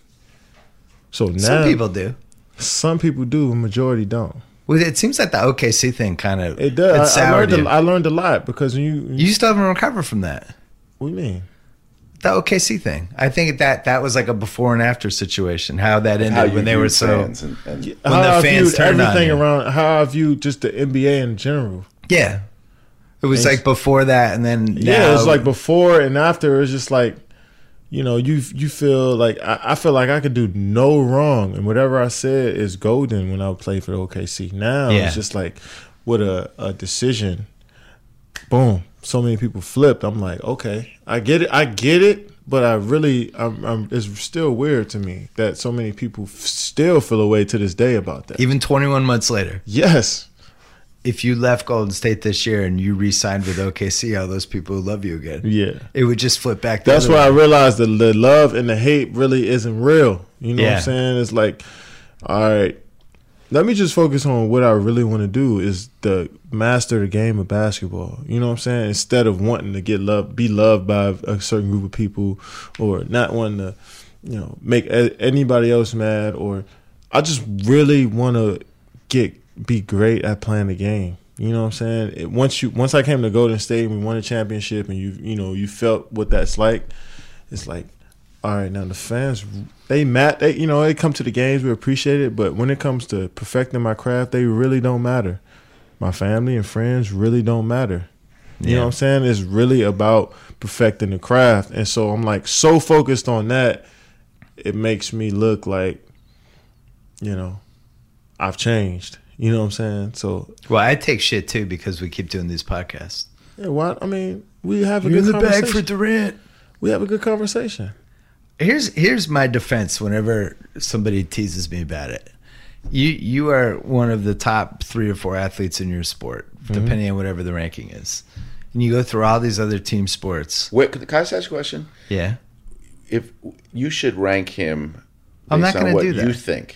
Speaker 2: So now
Speaker 1: Some people do.
Speaker 2: some people do, the majority don't.
Speaker 1: Well, it seems like the OKC thing kind of
Speaker 2: It does. I, I
Speaker 1: soured
Speaker 2: learned.
Speaker 1: you.
Speaker 2: A, I learned a lot because when you.
Speaker 1: you still haven't recovered from that.
Speaker 2: what do you mean?
Speaker 1: The OKC thing. I think that that was like a before and after situation. How that ended
Speaker 3: How you
Speaker 1: when they
Speaker 3: view
Speaker 1: were so
Speaker 3: fans and, and
Speaker 1: When the fans
Speaker 2: viewed
Speaker 1: turned on
Speaker 2: everything
Speaker 1: you.
Speaker 2: around, how I viewed just the NBA in general.
Speaker 1: Yeah. It was
Speaker 2: Thanks.
Speaker 1: like before that and then
Speaker 2: Yeah,
Speaker 1: now-
Speaker 2: it's like before and after. It's just like, you know, you you feel like I, I feel like I could do no wrong, and whatever I said is golden when I played for the OKC. Now
Speaker 1: Yeah.
Speaker 2: it's just like, what a, a decision, boom! So many people flipped. I'm like, okay, I get it, I get it. But I really, I'm, I'm, it's still weird to me that so many people f- still feel a way to this day about that.
Speaker 1: Even 21 months later,
Speaker 2: Yes,
Speaker 1: if you left Golden State this year and you re-signed with OKC, all those people would love you again.
Speaker 2: yeah.
Speaker 1: It would just flip back. the
Speaker 2: That's
Speaker 1: other
Speaker 2: why I
Speaker 1: way.
Speaker 2: realized that the love and the hate really isn't real. You know what
Speaker 1: Yeah.
Speaker 2: I'm saying? It's like, all right, let me just focus on what I really want to do is the master the game of basketball. You know what I'm saying? Instead of wanting to get loved, be loved by a certain group of people, or not wanting to, you know, make a- anybody else mad, or I just really want to get be great at playing the game. You know what I'm saying? It, once you once I came to Golden State and we won a championship and you you know you felt what that's like. It's like, all right, now the fans they mat they you know they come to the games we appreciate it, but when it comes to perfecting my craft, they really don't matter. My family and friends really don't matter. You
Speaker 1: Yeah.
Speaker 2: know what I'm saying? It's really about perfecting the craft, and so I'm like so focused on that, it makes me look like, you know, I've changed. You know what I'm saying? So
Speaker 1: Well, I take shit too because we keep doing these podcasts.
Speaker 2: yeah, why? I mean, we have a
Speaker 1: You're in
Speaker 2: good
Speaker 1: the bag
Speaker 2: conversation.
Speaker 1: for Durant.
Speaker 2: we have a good conversation.
Speaker 1: Here's here's my defense whenever somebody teases me about it. You you are one of the top three or four athletes in your sport, depending on whatever the ranking is. And you go through all these other team sports.
Speaker 3: Wait, can I just ask a question?
Speaker 1: Yeah.
Speaker 3: If you should rank him,
Speaker 1: I'm not
Speaker 3: based on
Speaker 1: gonna
Speaker 3: what
Speaker 1: do that.
Speaker 3: You think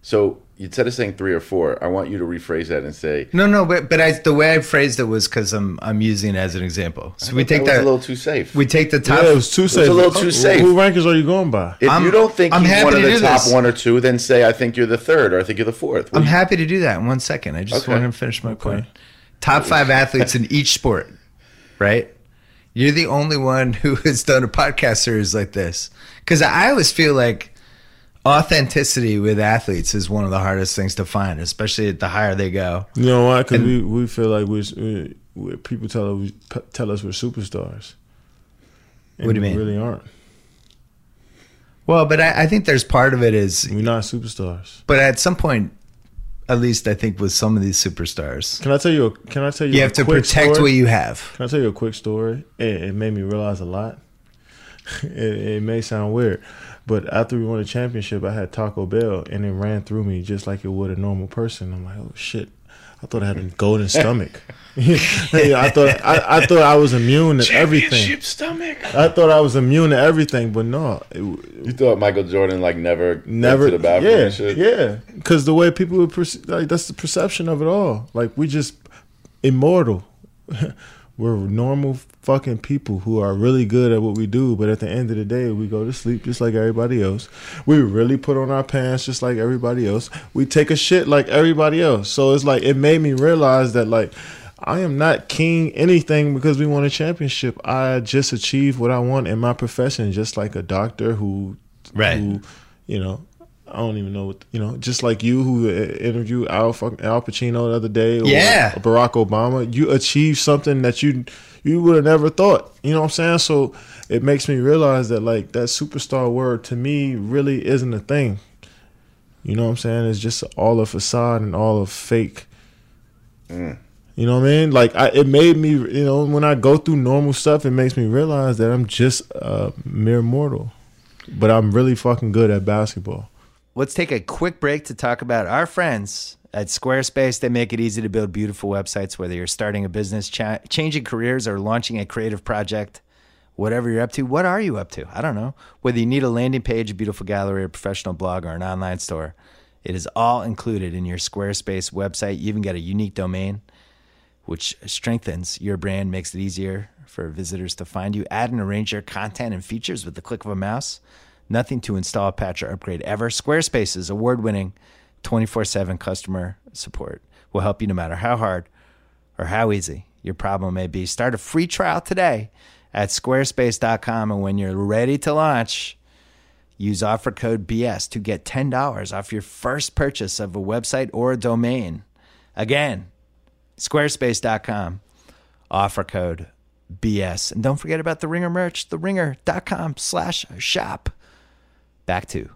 Speaker 3: so? Instead of saying three or four, I want you to rephrase that and say
Speaker 1: No, no, but but I, the way I phrased it was because I'm I'm using it as an example. So we take
Speaker 3: that was
Speaker 1: that
Speaker 3: a little too safe.
Speaker 1: we take the top
Speaker 2: Yeah, it was too safe.
Speaker 3: a little too
Speaker 2: Who-
Speaker 3: safe.
Speaker 2: Who rankings are you going by?
Speaker 3: if
Speaker 1: I'm-
Speaker 3: you don't think
Speaker 1: I'm
Speaker 3: he's
Speaker 1: happy
Speaker 3: one of
Speaker 1: to
Speaker 3: the
Speaker 1: do
Speaker 3: top
Speaker 1: this.
Speaker 3: one or two, then say I think you're the third or I think you're the fourth. What
Speaker 1: I'm
Speaker 3: do you-
Speaker 1: happy to do that in one second. I just
Speaker 3: Okay.
Speaker 1: want to finish my point. Top five athletes in each sport, right? You're the only one who <laughs> has done a podcast series like this. Because I always feel like authenticity with athletes is one of the hardest things to find, especially the higher they go.
Speaker 2: You know why? Because we, we feel like we're, we we people tell us we- tell us we're superstars. And
Speaker 1: What do you
Speaker 2: we
Speaker 1: mean?
Speaker 2: Really aren't.
Speaker 1: Well, but I, I think there's part of it is,
Speaker 2: We're not superstars.
Speaker 1: but at some point, at least I think with some of these superstars,
Speaker 2: Can I tell you? A, can I tell you?
Speaker 1: you
Speaker 2: a
Speaker 1: have to
Speaker 2: quick
Speaker 1: protect
Speaker 2: story?
Speaker 1: what you have.
Speaker 2: Can I tell you a quick story? It, it made me realize a lot. <laughs> it, it may sound weird, but after we won the championship, I had Taco Bell, and it ran through me just like it would a normal person. I'm like, oh shit! I thought I had a
Speaker 1: <laughs>
Speaker 2: golden stomach. <laughs> Hey, I thought I, I thought I was immune to everything.
Speaker 3: Championship stomach.
Speaker 2: I thought I was immune to everything, but no, it,
Speaker 3: You thought Michael Jordan like never went
Speaker 2: never
Speaker 3: to the bathroom
Speaker 2: yeah
Speaker 3: and shit?
Speaker 2: yeah because the way people would perceive like that's the perception of it all like we just immortal <laughs> we're normal fucking people who are really good at what we do but at the end of the day we go to sleep just like everybody else we really put on our pants just like everybody else we take a shit like everybody else so it's like it made me realize that like I am not king anything because we won a championship. I just achieved what I want in my profession, just like a doctor who
Speaker 1: Right.
Speaker 2: who, you know, I don't even know what you know. Just like you, who uh, interviewed Al, fuck- Al Pacino the other day, or
Speaker 1: Yeah.
Speaker 2: Barack Obama, you achieved something that you you would have never thought. You know what I'm saying? So it makes me realize that like that superstar word to me really isn't a thing. You know what I'm saying? It's just all a facade and all a fake. You know what I mean? Like I, it made me, you know, when I go through normal stuff, it makes me realize that I'm just a mere mortal, but I'm really fucking good at basketball.
Speaker 1: Let's take a quick break to talk about our friends at Squarespace. They make it easy to build beautiful websites, whether you're starting a business, cha- changing careers, or launching a creative project. Whatever you're up to, what are you up to? I don't know. Whether you need a landing page, a beautiful gallery, a professional blog, or an online store, it is all included in your Squarespace website. You even got a unique domain which strengthens your brand, makes it easier for visitors to find you. Add and arrange your content and features with the click of a mouse. Nothing to install, patch, or upgrade ever. Squarespace is award winning 24 7 customer support. will help you no matter how hard or how easy your problem may be. Start a free trial today at squarespace.com. And when you're ready to launch, Use offer code BS to get $10 off your first purchase of a website or a domain. Again, squarespace.com, offer code BS. And don't forget about the ringer merch, theringer.com slash shop. Back to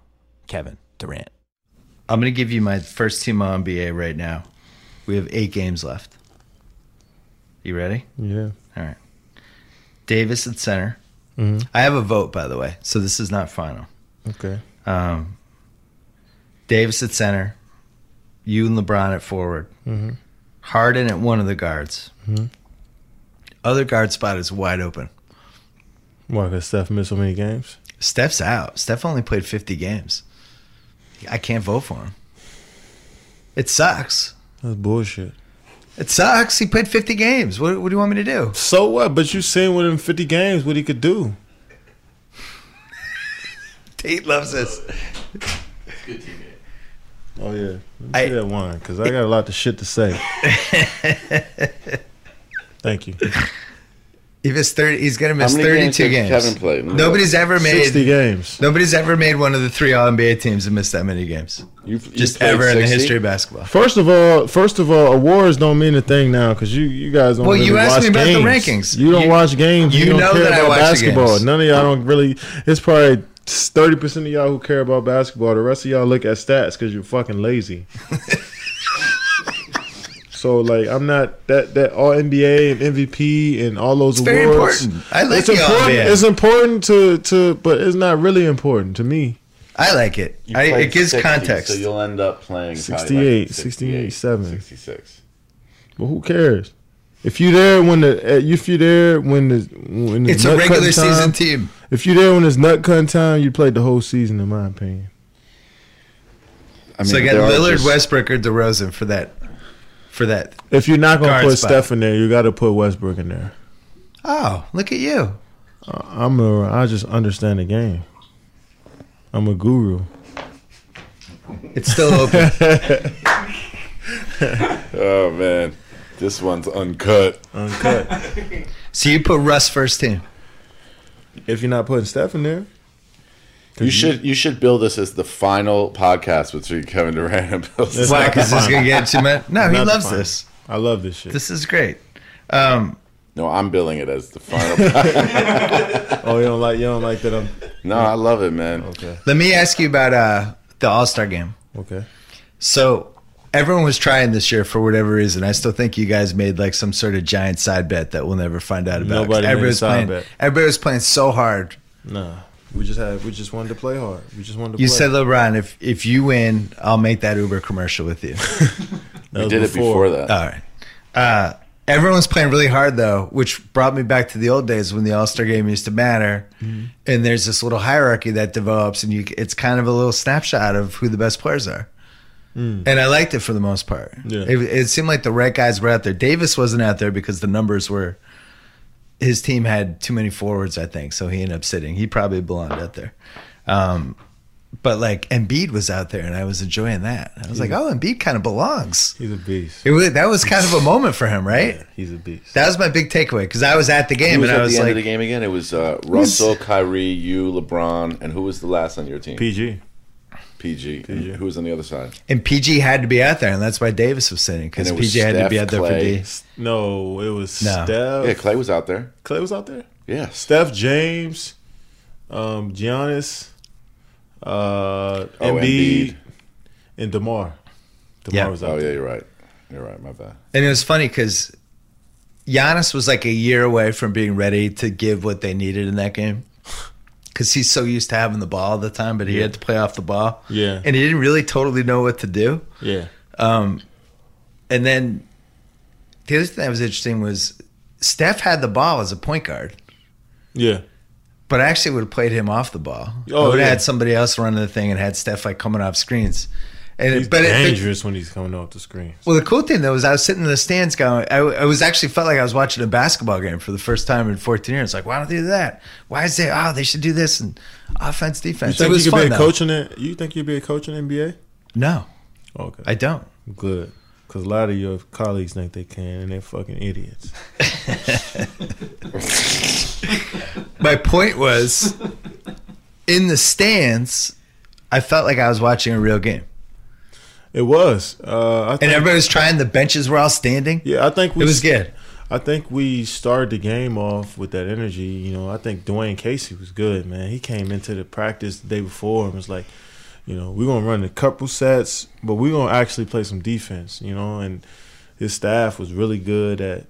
Speaker 1: Kevin Durant. I'm going to give you my first team NBA right now. We have eight games left. You ready?
Speaker 2: Yeah.
Speaker 1: All right. Davis at center, I have a vote, by the way, so this is not final.
Speaker 2: Okay.
Speaker 1: Um, Davis at center, you and LeBron at forward,
Speaker 2: Mhm.
Speaker 1: Harden at one of the guards.
Speaker 2: Mhm.
Speaker 1: Other guard spot is wide open.
Speaker 2: Why? Because Steph missed so many games.
Speaker 1: Steph's out. Steph only played 50 games. I can't vote for him. It sucks.
Speaker 2: That's bullshit.
Speaker 1: It sucks. He played 50 games. What, what do you want me to do? <laughs>
Speaker 2: So what? But you seen within fifty games what he could do.
Speaker 1: Tate loves this.
Speaker 2: Oh yeah. Let me
Speaker 1: I-
Speaker 2: see that one because I got a lot of shit to <laughs> say. Thank you.
Speaker 1: He missed 30. He's going to miss
Speaker 3: How many
Speaker 1: 32 games.
Speaker 3: games did Kevin play?
Speaker 1: Nobody's ever made
Speaker 2: Sixty games.
Speaker 1: Nobody's ever made one of the three All NBA teams and missed that many games.
Speaker 3: You, you
Speaker 1: Just
Speaker 3: played
Speaker 1: ever in the
Speaker 3: 60?
Speaker 1: history of basketball.
Speaker 2: First of all, first of all, awards don't mean a thing now because you, you guys don't.
Speaker 1: Well,
Speaker 2: really
Speaker 1: you asked
Speaker 2: watch
Speaker 1: me about the
Speaker 2: games.
Speaker 1: rankings.
Speaker 2: You don't
Speaker 1: You-
Speaker 2: watch games. You,
Speaker 1: you
Speaker 2: don't
Speaker 1: know
Speaker 2: care
Speaker 1: that I
Speaker 2: about
Speaker 1: watch the
Speaker 2: basketball.
Speaker 1: games.
Speaker 2: None of y'all don't really. It's probably thirty percent of y'all who care about basketball. The rest of y'all look at stats because you're fucking
Speaker 1: <laughs>
Speaker 2: lazy. so like, I'm not that that all NBA and MVP and all those
Speaker 1: It's
Speaker 2: awards.
Speaker 1: very important. I like
Speaker 2: it's
Speaker 1: the
Speaker 2: important.
Speaker 1: All-NBA.
Speaker 2: It's important to to, but it's not really important to me.
Speaker 1: I like it.
Speaker 3: You
Speaker 1: I,
Speaker 3: played
Speaker 1: it gives
Speaker 3: 60,
Speaker 1: context.
Speaker 3: So you'll end up playing probably
Speaker 2: 68, 68, 7.
Speaker 3: 66.
Speaker 2: But who cares? If you there when the uh, if you there when the when the
Speaker 1: it's a
Speaker 2: nut
Speaker 1: regular
Speaker 2: cutting time,
Speaker 1: season team.
Speaker 2: If you there when it's nut cutting time, you played the whole season, in my opinion.
Speaker 3: I
Speaker 1: so I got
Speaker 3: there are
Speaker 1: Lillard,
Speaker 3: just-
Speaker 1: Westbrook, or DeRozan for that. For that.
Speaker 2: If you're not gonna
Speaker 1: Guard
Speaker 2: put
Speaker 1: spot.
Speaker 2: Steph in there, you got to put Westbrook in there.
Speaker 1: Oh, look at you.
Speaker 2: I, I'm a I just understand the game. I'm a guru.
Speaker 1: It's still open.
Speaker 3: <laughs> Oh, man. This one's uncut.
Speaker 2: Uncut.
Speaker 1: so you put Russ first team.
Speaker 2: if you're not putting Steph in there,
Speaker 3: You should you should build this as the final podcast between Kevin Durant <laughs> and Bill
Speaker 2: That's
Speaker 3: Simmons.
Speaker 1: Why?
Speaker 2: not
Speaker 1: Because
Speaker 2: the
Speaker 1: this is going to
Speaker 2: final.
Speaker 1: get too much. No, he
Speaker 2: Not the
Speaker 1: loves
Speaker 2: final.
Speaker 1: this.
Speaker 2: I love this shit.
Speaker 1: This is great. Um,
Speaker 3: No, I'm billing it as the final. <laughs> podcast.
Speaker 2: oh, you don't like you don't like that? I'm
Speaker 3: no, I love it, man.
Speaker 2: okay.
Speaker 1: let me ask you about uh, the All Star game.
Speaker 2: Okay.
Speaker 1: So everyone was trying this year for whatever reason. I still think you guys made like some sort of giant side bet that we'll never find out about.
Speaker 2: Nobody made a
Speaker 1: everybody was
Speaker 2: side
Speaker 1: playing.
Speaker 2: bet.
Speaker 1: Everybody was playing so hard.
Speaker 2: Nah, we just had we just wanted to play hard. We just wanted to.
Speaker 1: You
Speaker 2: play.
Speaker 1: said, LeBron, if if you win, I'll make that Uber commercial with you.
Speaker 2: That
Speaker 3: We
Speaker 2: was
Speaker 3: did it before that.
Speaker 1: All right. Uh, everyone's playing really hard though, which brought me back to the old days when the All Star game used to matter. And there's this little hierarchy that develops, and you it's kind of a little snapshot of who the best players are. And I liked it for the most part.
Speaker 2: Yeah.
Speaker 1: It, it seemed like the right guys were out there. Davis wasn't out there because the numbers were. His team had too many forwards, I think, so he ended up sitting. He probably belonged out there. Um, but like Embiid was out there, and I was enjoying that. I was like, oh, Embiid kind of belongs.
Speaker 2: He's a beast.
Speaker 1: It really, that was kind of a moment for him, right?
Speaker 2: Yeah, he's a beast.
Speaker 1: That was my big takeaway because I was at the
Speaker 3: Who
Speaker 1: game
Speaker 3: was
Speaker 1: and
Speaker 3: at
Speaker 1: I was
Speaker 3: the end
Speaker 1: like,
Speaker 3: of the game again? It was uh, Russell, Kyrie, you, LeBron, and who was the last on your team?
Speaker 2: PG.
Speaker 3: PG. And
Speaker 2: PG.
Speaker 3: Who was on the other side?
Speaker 1: and PG had to be out there, and that's why Davis was sitting because
Speaker 3: And it was
Speaker 1: PG had to be
Speaker 3: Steph,
Speaker 1: out there
Speaker 3: Clay.
Speaker 1: for D.
Speaker 2: No, it was
Speaker 1: No.
Speaker 2: Steph.
Speaker 3: Yeah, Clay was out there.
Speaker 2: Clay was out there.
Speaker 3: Yes.
Speaker 2: Steph James, um, Giannis, uh,
Speaker 3: Oh,
Speaker 2: Embiid,
Speaker 3: Embiid.
Speaker 2: and Demar. Demar
Speaker 1: Yeah.
Speaker 2: was out
Speaker 3: Oh yeah,
Speaker 2: there.
Speaker 3: you're right. You're right. My bad.
Speaker 1: And it was funny because Giannis was like a year away from being ready to give what they needed in that game because he's so used to having the ball all the time, but he had to play off the ball.
Speaker 2: Oh, Yeah.
Speaker 1: And he didn't really totally know what to do.
Speaker 2: Yeah,
Speaker 1: Um, and then the other thing that was interesting was Steph had the ball as a point guard.
Speaker 2: yeah.
Speaker 1: But I actually would have played him off the ball. I
Speaker 2: Oh,
Speaker 1: would have
Speaker 2: yeah.
Speaker 1: had somebody else running the thing and had Steph like coming off screens. And
Speaker 2: He's
Speaker 1: it, but it,
Speaker 2: dangerous when he's coming off the screen.
Speaker 1: well, the cool thing though was I was sitting in the stands going, I, I was actually felt like I was watching a basketball game for the first time in 14 years. Like, why don't they do that? Why is they? Oh, they should do this and offense,
Speaker 2: You
Speaker 1: defense. It
Speaker 2: think
Speaker 1: was
Speaker 2: you could
Speaker 1: fun
Speaker 2: be a
Speaker 1: though.
Speaker 2: coach in it? You think you'd be a coach in the NBA?
Speaker 1: No,
Speaker 2: Oh, Okay,
Speaker 1: I don't.
Speaker 2: good. Because a lot of your colleagues think they can, and they're fucking idiots.
Speaker 1: My point was, in the stands, I felt like I was watching a real game,
Speaker 2: It was. Uh, I
Speaker 1: and
Speaker 2: think,
Speaker 1: everybody was trying. The benches were all standing.
Speaker 2: yeah, I think we
Speaker 1: It was good.
Speaker 2: I think we started the game off with that energy. You know, I think Dwayne Casey was good, man. He came into the practice the day before and was like, you know, we're gonna run a couple sets, but we're gonna actually play some defense, you know, and his staff was really good at,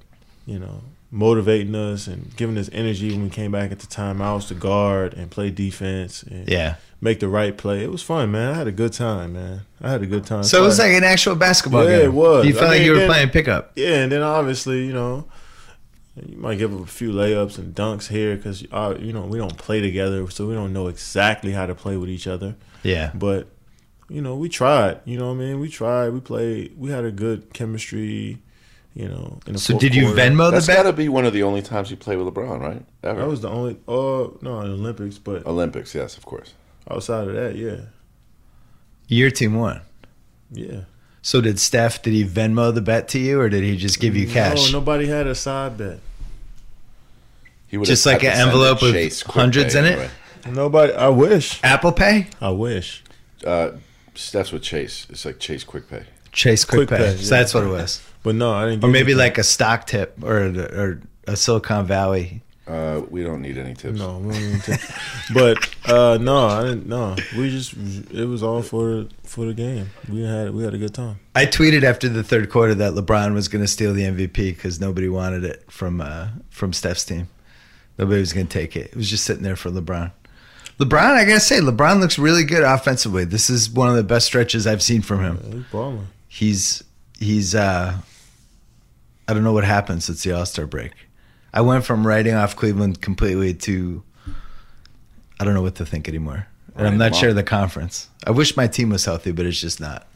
Speaker 2: you know, motivating us and giving us energy when we came back at the timeouts to guard and play defense and
Speaker 1: Yeah.
Speaker 2: make the right play. It was fun, man. I had a good time, man. I had a good time.
Speaker 1: So it was like an actual basketball
Speaker 2: Yeah,
Speaker 1: game.
Speaker 2: it was.
Speaker 1: You felt
Speaker 2: I
Speaker 1: like
Speaker 2: mean,
Speaker 1: you were
Speaker 2: then-
Speaker 1: playing pickup.
Speaker 2: yeah, and then obviously you know. You might give up a few layups and dunks here because uh, you know we don't play together, so we don't know exactly how to play with each other.
Speaker 1: Yeah.
Speaker 2: But you know, we tried. You know what I mean? We tried. We played. We had a good chemistry. You know. In the
Speaker 1: So
Speaker 2: fourth
Speaker 1: did you
Speaker 2: quarter.
Speaker 1: Venmo the
Speaker 3: That's
Speaker 1: bet?
Speaker 3: got to be one of the only times you play with LeBron, right? Ever.
Speaker 2: That was the only. Oh no, in the Olympics. But
Speaker 3: Olympics, yes, of course.
Speaker 2: outside of that, yeah,
Speaker 1: Your team won.
Speaker 2: yeah.
Speaker 1: So did Steph? Did he Venmo the bet to you, or did he just give you cash?
Speaker 2: No, nobody had a side bet.
Speaker 3: He would
Speaker 1: Just
Speaker 3: have
Speaker 1: like
Speaker 3: had
Speaker 1: an
Speaker 3: to send
Speaker 1: envelope
Speaker 3: a
Speaker 1: with
Speaker 3: Chase quick
Speaker 1: hundreds
Speaker 3: pay
Speaker 1: in it?
Speaker 3: anyway.
Speaker 2: Nobody. I wish.
Speaker 1: Apple Pay,
Speaker 2: I wish.
Speaker 3: Uh, Steph's with Chase. It's like Chase quick pay.
Speaker 1: Chase Quick,
Speaker 2: Quick
Speaker 1: Pay.
Speaker 2: Pay,
Speaker 1: So
Speaker 2: yeah.
Speaker 1: that's what it was,
Speaker 2: But no, I didn't.
Speaker 1: or
Speaker 2: give
Speaker 1: maybe
Speaker 2: a-
Speaker 1: like a stock tip, or a- or a Silicon Valley.
Speaker 3: Uh, we don't need any tips.
Speaker 2: No, we don't even take- but uh, no, I didn't. No, we just it was all for for the game. We had we had a good time.
Speaker 1: I tweeted after the third quarter that LeBron was going to steal the MVP because nobody wanted it from uh, from Steph's team. Nobody was going to take it. It was just sitting there for LeBron. LeBron, I gotta say, LeBron looks really good offensively. This is one of the best stretches I've seen from him.
Speaker 2: Yeah, we balling.
Speaker 1: he's he's uh I don't know what happened since the All Star break. I went from writing off Cleveland completely to I don't know what to think anymore. And I'm
Speaker 3: Right,
Speaker 1: not
Speaker 3: well-
Speaker 1: sure of the conference. I wish my team was healthy, but it's just not.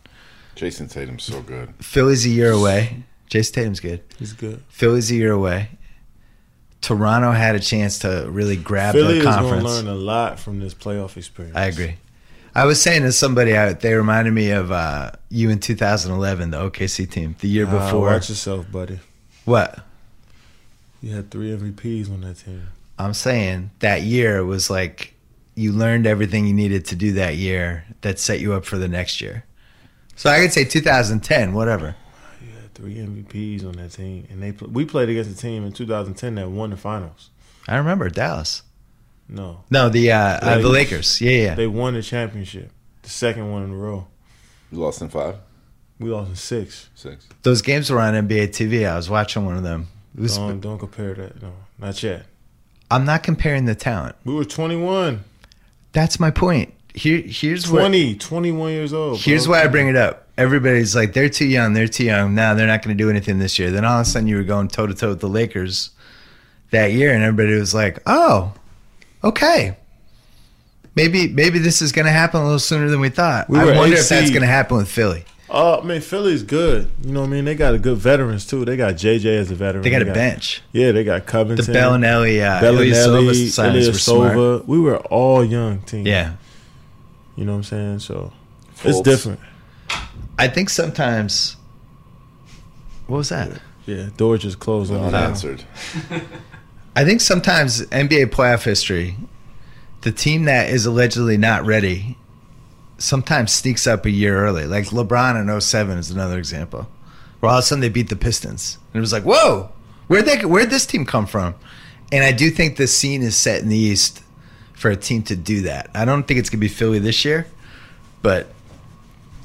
Speaker 3: Jason Tatum's so good.
Speaker 1: Philly's a year away. Jason Tatum's good.
Speaker 2: He's good.
Speaker 1: Philly's a year away. Toronto had a chance to really grab
Speaker 2: Philly
Speaker 1: the
Speaker 2: is going
Speaker 1: conference.
Speaker 2: to learn a lot from this playoff experience.
Speaker 1: I agree. I was saying to somebody, I, they reminded me of uh, you in 2011, the OKC team, the year
Speaker 2: Ah,
Speaker 1: before.
Speaker 2: watch yourself, buddy.
Speaker 1: what?
Speaker 2: You had three MVPs on that team.
Speaker 1: I'm saying that year was like you learned everything you needed to do that year that set you up for the next year. So I could say 2010, whatever.
Speaker 2: You had three MVPs on that team, and they pl- we played against a team in 2010 that won the finals.
Speaker 1: I remember Dallas.
Speaker 2: No,
Speaker 1: No, the uh, uh the Lakers.
Speaker 2: Lakers.
Speaker 1: Yeah, yeah.
Speaker 2: they won the championship, the second one in a row.
Speaker 3: You lost in five,
Speaker 2: We lost in six.
Speaker 3: six.
Speaker 1: Those games were on NBA TV. I was watching one of them. It was,
Speaker 2: Don't, don't compare that. No, not yet.
Speaker 1: I'm not comparing the talent.
Speaker 2: We were 21,
Speaker 1: That's my point. Here, here's what.
Speaker 2: 20, 21 years old.
Speaker 1: Here's why I bring it up. Everybody's like, they're too young, they're too young. Now they're not going to do anything this year. Then all of a sudden, you were going toe to toe with the Lakers that year, and everybody was like, oh, okay. Maybe maybe this is going to happen a little sooner than we thought.
Speaker 2: We
Speaker 1: I
Speaker 2: were
Speaker 1: wonder if
Speaker 2: AC.
Speaker 1: that's going to happen with Philly.
Speaker 2: Oh man, Philly's good. You know what I mean? They got a good veterans too. They got JJ as a veteran.
Speaker 1: They got a bench.
Speaker 2: Yeah, they got
Speaker 1: The
Speaker 2: Covington.
Speaker 1: Bellinelli, uh, Bellinelli,
Speaker 2: Bellinelli,
Speaker 1: signs were smart.
Speaker 2: Ilyasova. We were all young team.
Speaker 1: Yeah.
Speaker 2: You know what I'm saying? So
Speaker 3: Fultz.
Speaker 2: it's different.
Speaker 1: I think sometimes. What was that?
Speaker 2: Yeah, door just closed on us.
Speaker 3: Unanswered.
Speaker 1: I think sometimes NBA playoff history, the team that is allegedly not ready sometimes sneaks up a year early. Like LeBron in 07 is another example. Where all of a sudden they beat the Pistons. And it was like, whoa, where'd, they, where'd this team come from? And I do think the scene is set in the East for a team to do that. I don't think it's going to be Philly this year, but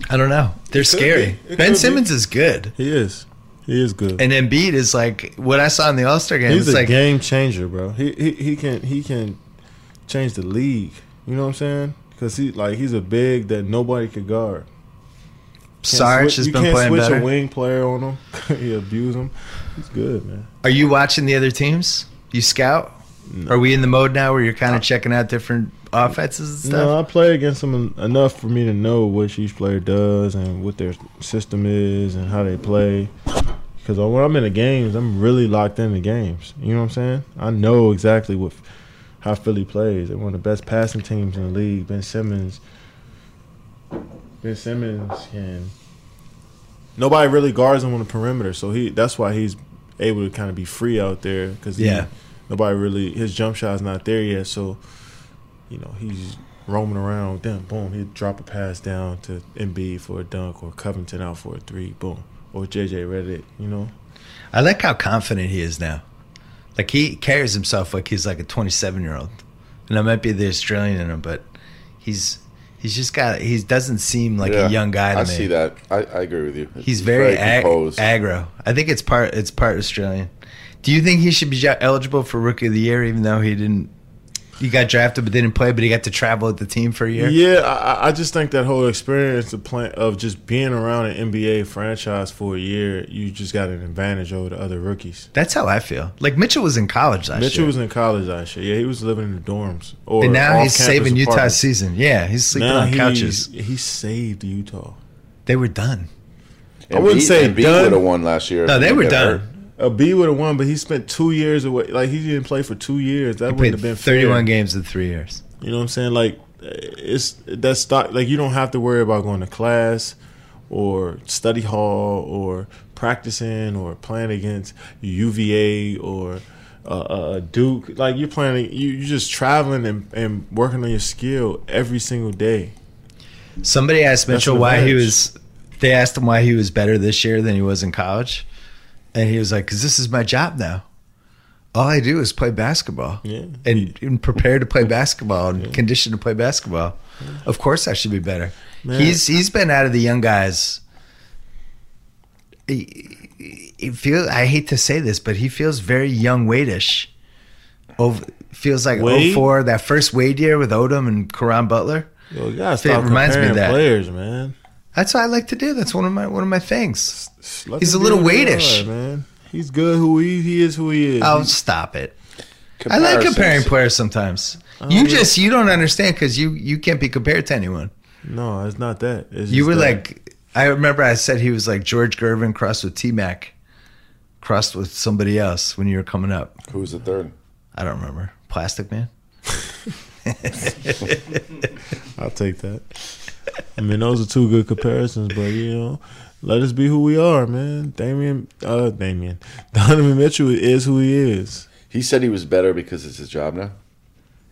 Speaker 1: I don't know. They're
Speaker 2: could
Speaker 1: scary.
Speaker 2: be. It could
Speaker 1: Ben
Speaker 2: be.
Speaker 1: Simmons is good.
Speaker 2: He is. He is good.
Speaker 1: And Embiid is like, what I saw in the All Star game,
Speaker 2: He's
Speaker 1: it's
Speaker 2: a
Speaker 1: like,
Speaker 2: game changer, bro. He, he he can he can change the league. You know what I'm saying? Because he like he's a big that nobody could guard. Can't
Speaker 1: Sarge
Speaker 2: swi-
Speaker 1: has
Speaker 2: you
Speaker 1: been
Speaker 2: can't
Speaker 1: playing
Speaker 2: switch
Speaker 1: better.
Speaker 2: a wing player on him. <laughs> he abuse him. He's good, man.
Speaker 1: Are you watching the other teams? You scout? Are we in the mode now where you're kind of checking out different offenses and stuff?
Speaker 2: No, I play against them en- enough for me to know what each player does and what their system is and how they play. Because when I'm in the games, I'm really locked in the games. You know what I'm saying? I know exactly what how Philly plays. They're one of the best passing teams in the league. Ben Simmons. Ben Simmons can. Nobody really guards him on the perimeter, so he that's why he's able to kind of be free out there because
Speaker 1: Yeah.
Speaker 2: nobody really his jump shot's not there yet. So you know he's roaming around. with them. boom, he'd drop a pass down to Embiid for a dunk or Covington out for a three. Boom, or JJ Reddit. You know,
Speaker 1: I like how confident he is now. Like he carries himself like he's like a 27 year old, and I might be the Australian in him, but he's He's just got. He doesn't seem like
Speaker 3: Yeah,
Speaker 1: a young guy to
Speaker 3: I
Speaker 1: me.
Speaker 3: see that. I, I agree with you.
Speaker 1: He's very, ag- aggro. I think it's part. It's part Australian. Do you think he should be ja- eligible for Rookie of the Year, even though he didn't? He got drafted but didn't play, but he got to travel with the team for a year.
Speaker 2: Yeah, I, I- I just think that whole experience of playing of just being around an NBA franchise for a year, you just got an advantage over the other rookies.
Speaker 1: That's how I feel. Like Mitchell was in college last
Speaker 2: Mitchell
Speaker 1: year,
Speaker 2: was in college last year. Yeah, he was living in the dorms. Or
Speaker 1: and now he's
Speaker 2: off-campus
Speaker 1: saving Utah's
Speaker 2: apartments.
Speaker 1: season. Yeah, he's sleeping
Speaker 2: Now
Speaker 1: on
Speaker 2: he-
Speaker 1: couches.
Speaker 2: He saved Utah.
Speaker 1: They were done.
Speaker 3: I
Speaker 2: wouldn't say
Speaker 3: B
Speaker 2: done.
Speaker 3: would have won last year.
Speaker 1: No,
Speaker 3: if he
Speaker 1: they
Speaker 3: didn't
Speaker 1: were
Speaker 3: get
Speaker 1: done.
Speaker 3: hurt.
Speaker 2: A B would have won, but he spent two years away. Like he didn't play for two years. That
Speaker 1: Played
Speaker 2: wouldn't have been fair.
Speaker 1: 31 games in three years.
Speaker 2: You know what I'm saying? Like it's that stock. Like you don't have to worry about going to class or study hall or practicing or playing against UVA or uh, uh, Duke. Like you're playing, you you're just traveling and, and working on your skill every single day.
Speaker 1: Somebody asked Mitchell
Speaker 2: an
Speaker 1: why he
Speaker 2: advantage.
Speaker 1: was. They asked him why he was better this year than he was in college, and he was like, "Cause this is my job now. All I do is play basketball,
Speaker 2: Yeah.
Speaker 1: and, and prepare to play basketball and condition to play basketball. Of course, I should be better.
Speaker 2: Man.
Speaker 1: He's he's been out of the young guys. He, he feel I hate to say this, but he feels very young Wadish. Over feels like
Speaker 2: Wade?
Speaker 1: 04, that first Wade year with Odom and Karan Butler.
Speaker 2: Yo, you gotta
Speaker 1: It
Speaker 2: stop
Speaker 1: reminds me of
Speaker 2: comparing
Speaker 1: that.
Speaker 2: players, man.
Speaker 1: That's what I like to do. That's one of my one of my things.
Speaker 2: Let
Speaker 1: He's
Speaker 2: them
Speaker 1: a little
Speaker 2: be who they
Speaker 1: weightish.
Speaker 2: are, man. He's good who he, he is who he is.
Speaker 1: Oh, stop it! I like comparing
Speaker 3: Comparisons.
Speaker 1: players sometimes.
Speaker 2: Oh,
Speaker 1: You just you don't understand because you you can't be compared to anyone.
Speaker 2: no, it's not that. It's
Speaker 1: You
Speaker 2: just
Speaker 1: were
Speaker 2: that-
Speaker 1: like, I remember I said he was like George Gervin crossed with T Mac, crossed with somebody else when you were coming up.
Speaker 3: Who's the third?
Speaker 1: I don't remember. Plastic Man.
Speaker 2: I'll take that. I mean, those are two good comparisons, but you know, let us be who we are, man. Damian, uh, Damian, <laughs> Donovan Mitchell is who he is.
Speaker 3: He said he was better because it's his job now.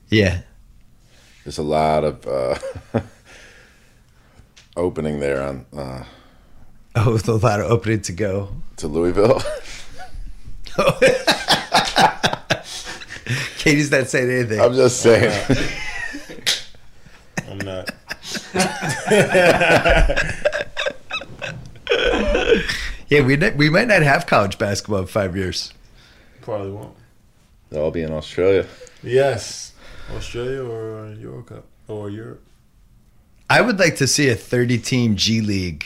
Speaker 1: Yeah, <laughs>
Speaker 3: There's a lot of uh, <laughs> opening there on uh,
Speaker 1: oh, with a lot of opening to go. <laughs>
Speaker 3: to Louisville. <laughs>
Speaker 1: Katie's not saying anything.
Speaker 3: I'm just saying.
Speaker 2: I'm not.
Speaker 1: yeah, we ne- we might not have college basketball in five years.
Speaker 2: Probably won't.
Speaker 3: They'll all be in Australia.
Speaker 2: Yes, Australia or Euro Cup or Europe.
Speaker 1: I would like to see a 30 team G League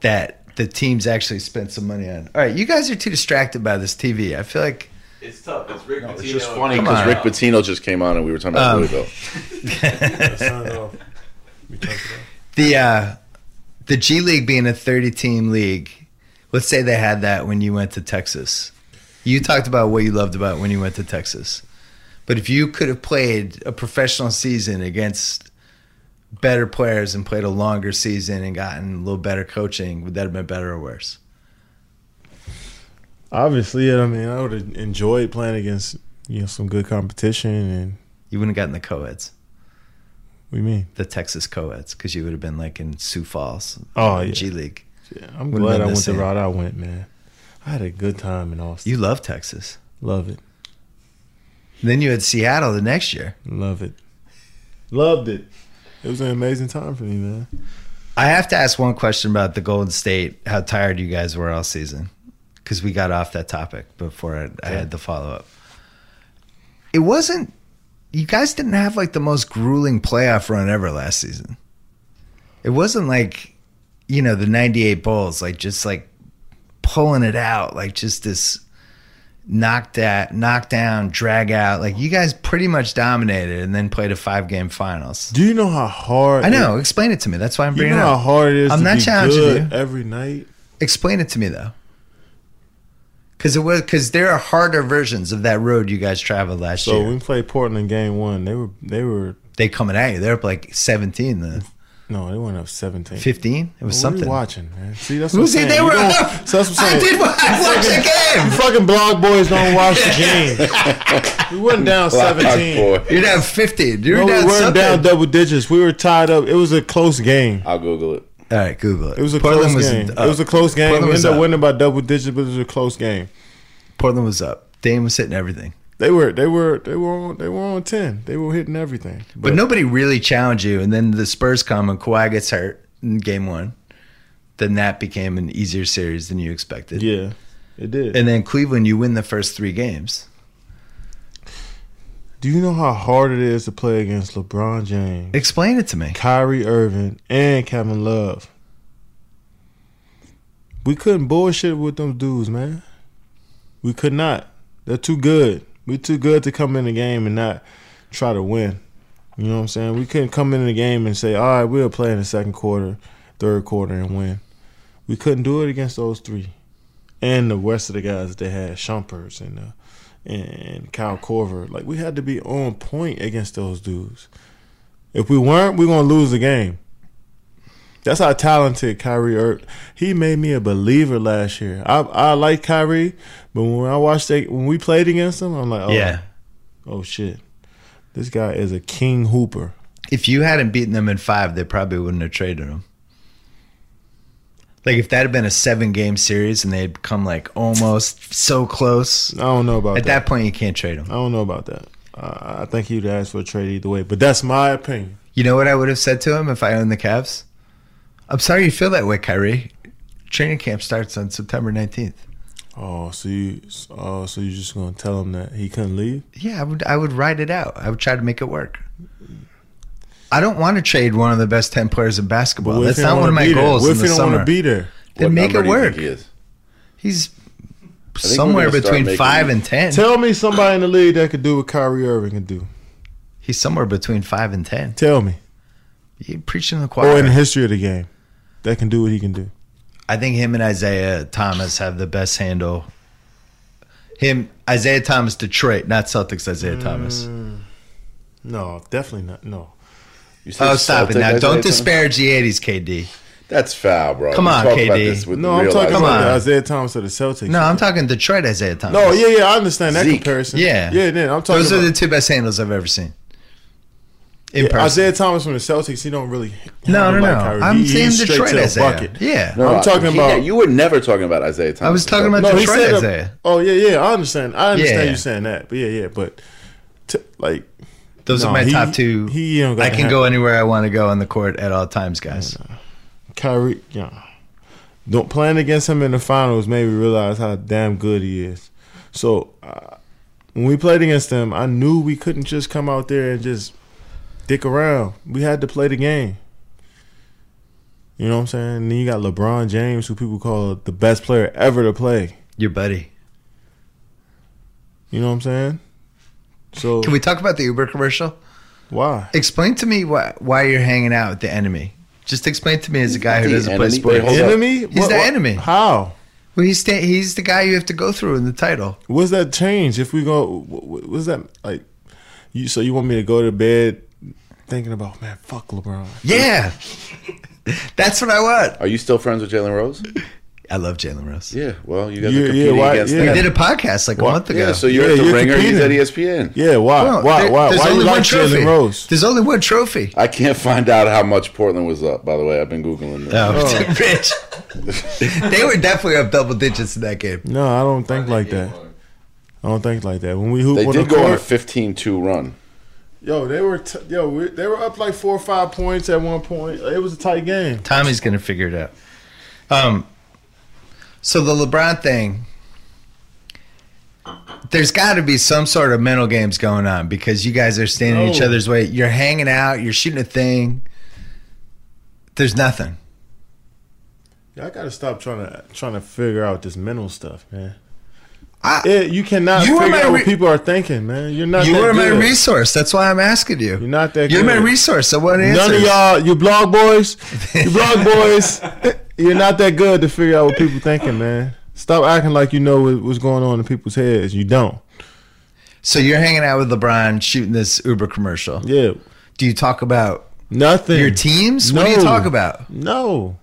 Speaker 1: that the teams actually spent some money on. All right, you guys are too distracted by this TV. I feel like
Speaker 4: It's tough. It's Rick
Speaker 3: It's
Speaker 4: Pitino
Speaker 3: just
Speaker 4: and
Speaker 3: funny
Speaker 1: Come
Speaker 4: Rick
Speaker 3: because
Speaker 1: on.
Speaker 3: Rick Pitino just came on and we were talking about
Speaker 1: Um,
Speaker 3: Louisville.
Speaker 2: off. We talked about.
Speaker 1: the uh, the G League being a 30 team league. Let's say they had that when you went to Texas. You talked about what you loved about when you went to Texas. But if you could have played a professional season against better players and played a longer season and gotten a little better coaching, would that have been better or worse?
Speaker 2: Obviously, I mean, I would have enjoyed playing against you know some good competition, and
Speaker 1: You wouldn't have gotten the co-eds.
Speaker 2: what do you mean?
Speaker 1: the Texas co-eds because you would have been like in Sioux Falls,
Speaker 2: Oh yeah,
Speaker 1: G League.
Speaker 2: Yeah, I'm
Speaker 1: Would've
Speaker 2: glad
Speaker 1: been
Speaker 2: I
Speaker 1: the
Speaker 2: went
Speaker 1: same.
Speaker 2: the route I went, man. I had a good time in Austin.
Speaker 1: You love Texas.
Speaker 2: Love it.
Speaker 1: Then you had Seattle the next year.
Speaker 2: Love it. Loved it. It was an amazing time for me, man.
Speaker 1: I have to ask one question about the Golden State. How tired you guys were all season? Because we got off that topic before I, I had the follow up. It wasn't. You guys didn't have like the most grueling playoff run ever last season. It wasn't like, you know, the '98 Bulls, like just like pulling it out, like just this knocked at, knocked down, drag out. Like you guys pretty much dominated, and then played a five game finals.
Speaker 2: Do you know how hard?
Speaker 1: I know. Explain it to me. That's why I'm
Speaker 2: you
Speaker 1: bringing
Speaker 2: know
Speaker 1: it
Speaker 2: how
Speaker 1: up.
Speaker 2: hard it is
Speaker 1: I'm
Speaker 2: to
Speaker 1: not
Speaker 2: be
Speaker 1: challenging
Speaker 2: good
Speaker 1: you.
Speaker 2: every night.
Speaker 1: Explain it to me though, because it was because there are harder versions of that road you guys traveled last
Speaker 2: So
Speaker 1: year.
Speaker 2: when we played Portland in game one, they were they were
Speaker 1: they coming at you. They're up like seventeen, then
Speaker 2: no, they went up seventeen.
Speaker 1: fifteen. It
Speaker 2: What
Speaker 1: was
Speaker 2: were
Speaker 1: something.
Speaker 2: you watching, man? See, that's what I'm
Speaker 1: Lucy,
Speaker 2: saying.
Speaker 1: they
Speaker 2: You
Speaker 1: were
Speaker 2: don't-
Speaker 1: up.
Speaker 2: So that's what
Speaker 1: I
Speaker 2: I'm
Speaker 1: did
Speaker 2: saying.
Speaker 1: watch, I watched the
Speaker 2: <laughs>
Speaker 1: game.
Speaker 2: Fucking blog boys don't watch the game. we went
Speaker 1: <laughs>
Speaker 2: down seventeen.
Speaker 3: <laughs> Black boy.
Speaker 1: You're down fifteen. You're
Speaker 2: No, we
Speaker 1: down
Speaker 2: weren't
Speaker 1: something.
Speaker 2: down double digits. We were tied up. It was a close game.
Speaker 3: I'll Google it.
Speaker 1: All right, Google it.
Speaker 2: It was a
Speaker 1: Portland
Speaker 2: close
Speaker 1: was
Speaker 2: game.
Speaker 1: Up.
Speaker 2: It was a close game.
Speaker 1: Portland
Speaker 2: we
Speaker 1: was
Speaker 2: ended up
Speaker 1: up.
Speaker 2: winning by double digits, but it was a close game.
Speaker 1: Portland was up. Dame was hitting everything.
Speaker 2: They were they were they were on, they were on ten. They were hitting everything.
Speaker 1: But nobody really challenged you. And then the Spurs come and Kawhi gets hurt in game one. Then that became an easier series than you expected.
Speaker 2: yeah, it did.
Speaker 1: And then Cleveland, you win the first three games.
Speaker 2: Do you know how hard it is to play against LeBron James,
Speaker 1: Explain it to me.
Speaker 2: Kyrie Irving, and Kevin Love? We couldn't bullshit with them dudes, man. We could not. They're too good. We're too good to come in the game and not try to win. You know what I'm saying? We couldn't come in the game and say, all right, we'll play in the second quarter, third quarter, and win. We couldn't do it against those three. And the rest of the guys that they had, Shumpers and uh, and Kyle Corver. Like we had to be on point against those dudes. If we weren't, we we're gonna lose the game. That's how talented Kyrie Irving. He made me a believer last year. I I like Kyrie, but when I watched they, when we played against him, I'm like, oh,
Speaker 1: Yeah.
Speaker 2: oh shit, this guy is a king hooper.
Speaker 1: If you hadn't beaten them in five, they probably wouldn't have traded him. Like if that had been a seven game series and they had come like almost so close,
Speaker 2: I don't know about
Speaker 1: at that point you can't trade him.
Speaker 2: I don't know about that. I I think he'd ask for a trade either way, but that's my opinion.
Speaker 1: You know what I would have said to him if I owned the Cavs? I'm sorry you feel that way, Kyrie. Training camp starts on September 19th.
Speaker 2: Oh, so you, oh, so you're just gonna tell him that he couldn't leave?
Speaker 1: Yeah, I would I would ride it out. I would try to make it work. I don't want to trade one of the best 10 players in basketball.
Speaker 2: What if
Speaker 1: That's
Speaker 2: he
Speaker 1: not
Speaker 2: don't
Speaker 1: one
Speaker 2: wanna
Speaker 1: of my
Speaker 2: be there?
Speaker 1: goals
Speaker 2: What
Speaker 1: in
Speaker 2: if
Speaker 1: the
Speaker 2: he don't
Speaker 1: summer.
Speaker 2: want to be there?
Speaker 1: Then
Speaker 3: What
Speaker 1: make
Speaker 3: number
Speaker 1: it
Speaker 3: do you think
Speaker 1: work.
Speaker 3: he is?
Speaker 1: He's
Speaker 3: we're
Speaker 1: somewhere
Speaker 3: gonna start
Speaker 1: between
Speaker 3: making-
Speaker 1: 5 and 10.
Speaker 2: Tell me somebody in the league that could do what Kyrie Irving can do.
Speaker 1: He's somewhere between 5 and 10.
Speaker 2: Tell me,
Speaker 1: You're preaching to the
Speaker 2: or in
Speaker 1: choir.
Speaker 2: the history of the game, that can do what he can do.
Speaker 1: I think him and Isaiah Thomas have the best handle. Him, Isaiah Thomas, Detroit, not Celtics, Isaiah
Speaker 2: Mm.
Speaker 1: Thomas.
Speaker 2: No, definitely not. No,
Speaker 3: You said
Speaker 1: Oh, stop it
Speaker 3: Celtic
Speaker 1: now.
Speaker 3: Isaiah
Speaker 1: Don't
Speaker 3: Thomas?
Speaker 1: disparage the 80s, KD.
Speaker 3: That's foul, bro.
Speaker 1: Come
Speaker 3: We
Speaker 1: on,
Speaker 3: talked about
Speaker 1: KD.
Speaker 3: this with
Speaker 2: no, I'm
Speaker 3: real
Speaker 2: talking
Speaker 3: life.
Speaker 1: Come
Speaker 2: about
Speaker 1: on.
Speaker 2: the Isaiah Thomas of the Celtics.
Speaker 1: No, I'm talking Detroit Isaiah Thomas.
Speaker 2: No, yeah, yeah, I understand that
Speaker 3: Zeke.
Speaker 2: comparison.
Speaker 1: Yeah.
Speaker 2: yeah, yeah. I'm talking
Speaker 1: Those
Speaker 2: about
Speaker 1: are the two best handles I've ever seen. In
Speaker 2: Yeah,
Speaker 1: person.
Speaker 2: Isaiah Thomas from the Celtics. He don't really.
Speaker 1: No, no,
Speaker 2: handle
Speaker 1: no.
Speaker 2: like Kyrie.
Speaker 1: I'm
Speaker 2: He-
Speaker 1: saying
Speaker 2: he's straight
Speaker 1: Detroit
Speaker 2: to the
Speaker 1: Isaiah.
Speaker 2: bucket.
Speaker 1: Yeah.
Speaker 3: No,
Speaker 2: I'm talking
Speaker 3: he-
Speaker 2: about-
Speaker 3: You were never talking about Isaiah Thomas.
Speaker 1: was talking about
Speaker 2: No, he
Speaker 1: Detroit
Speaker 2: said.
Speaker 1: Isaiah.
Speaker 2: oh yeah, yeah. I understand. I understand
Speaker 1: Yeah, yeah.
Speaker 2: you saying that. But yeah, yeah. But t- like,
Speaker 1: Those
Speaker 2: No,
Speaker 1: are my
Speaker 2: he-
Speaker 1: top two.
Speaker 2: he don't got
Speaker 1: I can
Speaker 2: the
Speaker 1: go anywhere I want to go on the court at all times, guys.
Speaker 2: Kyrie, yeah. Don't playing against him in the finals made me realize how damn good he is. So uh, when we played against them, I knew we couldn't just come out there and just dick around. We had to play the game. You know what I'm saying? And then you got LeBron James, who people call the best player ever to play.
Speaker 1: Your buddy.
Speaker 2: You know what I'm saying? So
Speaker 1: Can we talk about the Uber commercial?
Speaker 2: why?
Speaker 1: Explain to me why, why you're hanging out with the enemy. Just explain to me as a guy who
Speaker 3: the
Speaker 1: doesn't play
Speaker 3: enemy. Wait,
Speaker 1: sports.
Speaker 3: hold up.
Speaker 2: Enemy?
Speaker 1: He's the enemy.
Speaker 2: How?
Speaker 1: Well, he's, sta he's the guy you have to go through in the title.
Speaker 2: What's that change? If we go, wh- wh- what's that like? You so you want me to go to bed thinking about man, fuck LeBron. <laughs>
Speaker 1: Yeah. That's what I want.
Speaker 3: Are you still friends with Jalen Rose?
Speaker 1: I love Jalen Rose.
Speaker 3: Yeah. Well, you guys
Speaker 2: Yeah,
Speaker 3: are competing
Speaker 2: yeah, why-
Speaker 3: against
Speaker 2: yeah.
Speaker 3: that.
Speaker 1: We did a podcast like
Speaker 2: Why-
Speaker 1: a month ago.
Speaker 3: Yeah. So you're
Speaker 2: Yeah,
Speaker 3: at the
Speaker 2: you're
Speaker 3: ringer. He's at E
Speaker 2: competing.
Speaker 3: ESPN.
Speaker 2: Yeah, why?
Speaker 1: Well,
Speaker 2: why?
Speaker 1: there-
Speaker 2: why?
Speaker 1: there's
Speaker 2: Why you
Speaker 1: only one
Speaker 2: like
Speaker 1: trophy.
Speaker 2: Jalen Rose?
Speaker 1: There's only one trophy.
Speaker 3: I can't find out how much Portland was up. By the way, I've been googling. This.
Speaker 1: Oh, <laughs> Rich. they were definitely up double digits in that game.
Speaker 2: No, I don't think like that. I don't think like that. When we hoop
Speaker 3: They
Speaker 2: on
Speaker 3: did
Speaker 2: the
Speaker 3: go on a
Speaker 2: court,
Speaker 3: 15-2 run.
Speaker 2: yo, they were t- yo, we, they were up like four or five points at one point. It was a tight game.
Speaker 1: Tommy's gonna figure it out. Um, so the LeBron thing. There's got to be some sort of mental games going on because you guys are standing in each
Speaker 2: No.
Speaker 1: other's way. You're hanging out. You're shooting a thing. There's nothing.
Speaker 2: Y'all gotta stop trying to trying to figure out this mental stuff, man.
Speaker 1: I-
Speaker 2: Yeah, you cannot
Speaker 1: You were
Speaker 2: figure
Speaker 1: my
Speaker 2: out what
Speaker 1: re-
Speaker 2: people are thinking, man. You're not.
Speaker 1: You
Speaker 2: that
Speaker 1: are my
Speaker 2: good.
Speaker 1: resource. That's why I'm asking you.
Speaker 2: You're not that
Speaker 1: You're my
Speaker 2: good.
Speaker 1: resource. I want answers.
Speaker 2: None of y'all, you blog boys,
Speaker 1: <laughs>
Speaker 2: you blog boys, you're not that good to figure out what people thinking, man. Stop acting like you know what- what's going on in people's heads. You don't.
Speaker 1: So you're hanging out with LeBron shooting this Uber commercial.
Speaker 2: Yeah,
Speaker 1: Do you talk about
Speaker 2: nothing.
Speaker 1: your teams? What do you
Speaker 2: No.
Speaker 1: talk about?
Speaker 2: No.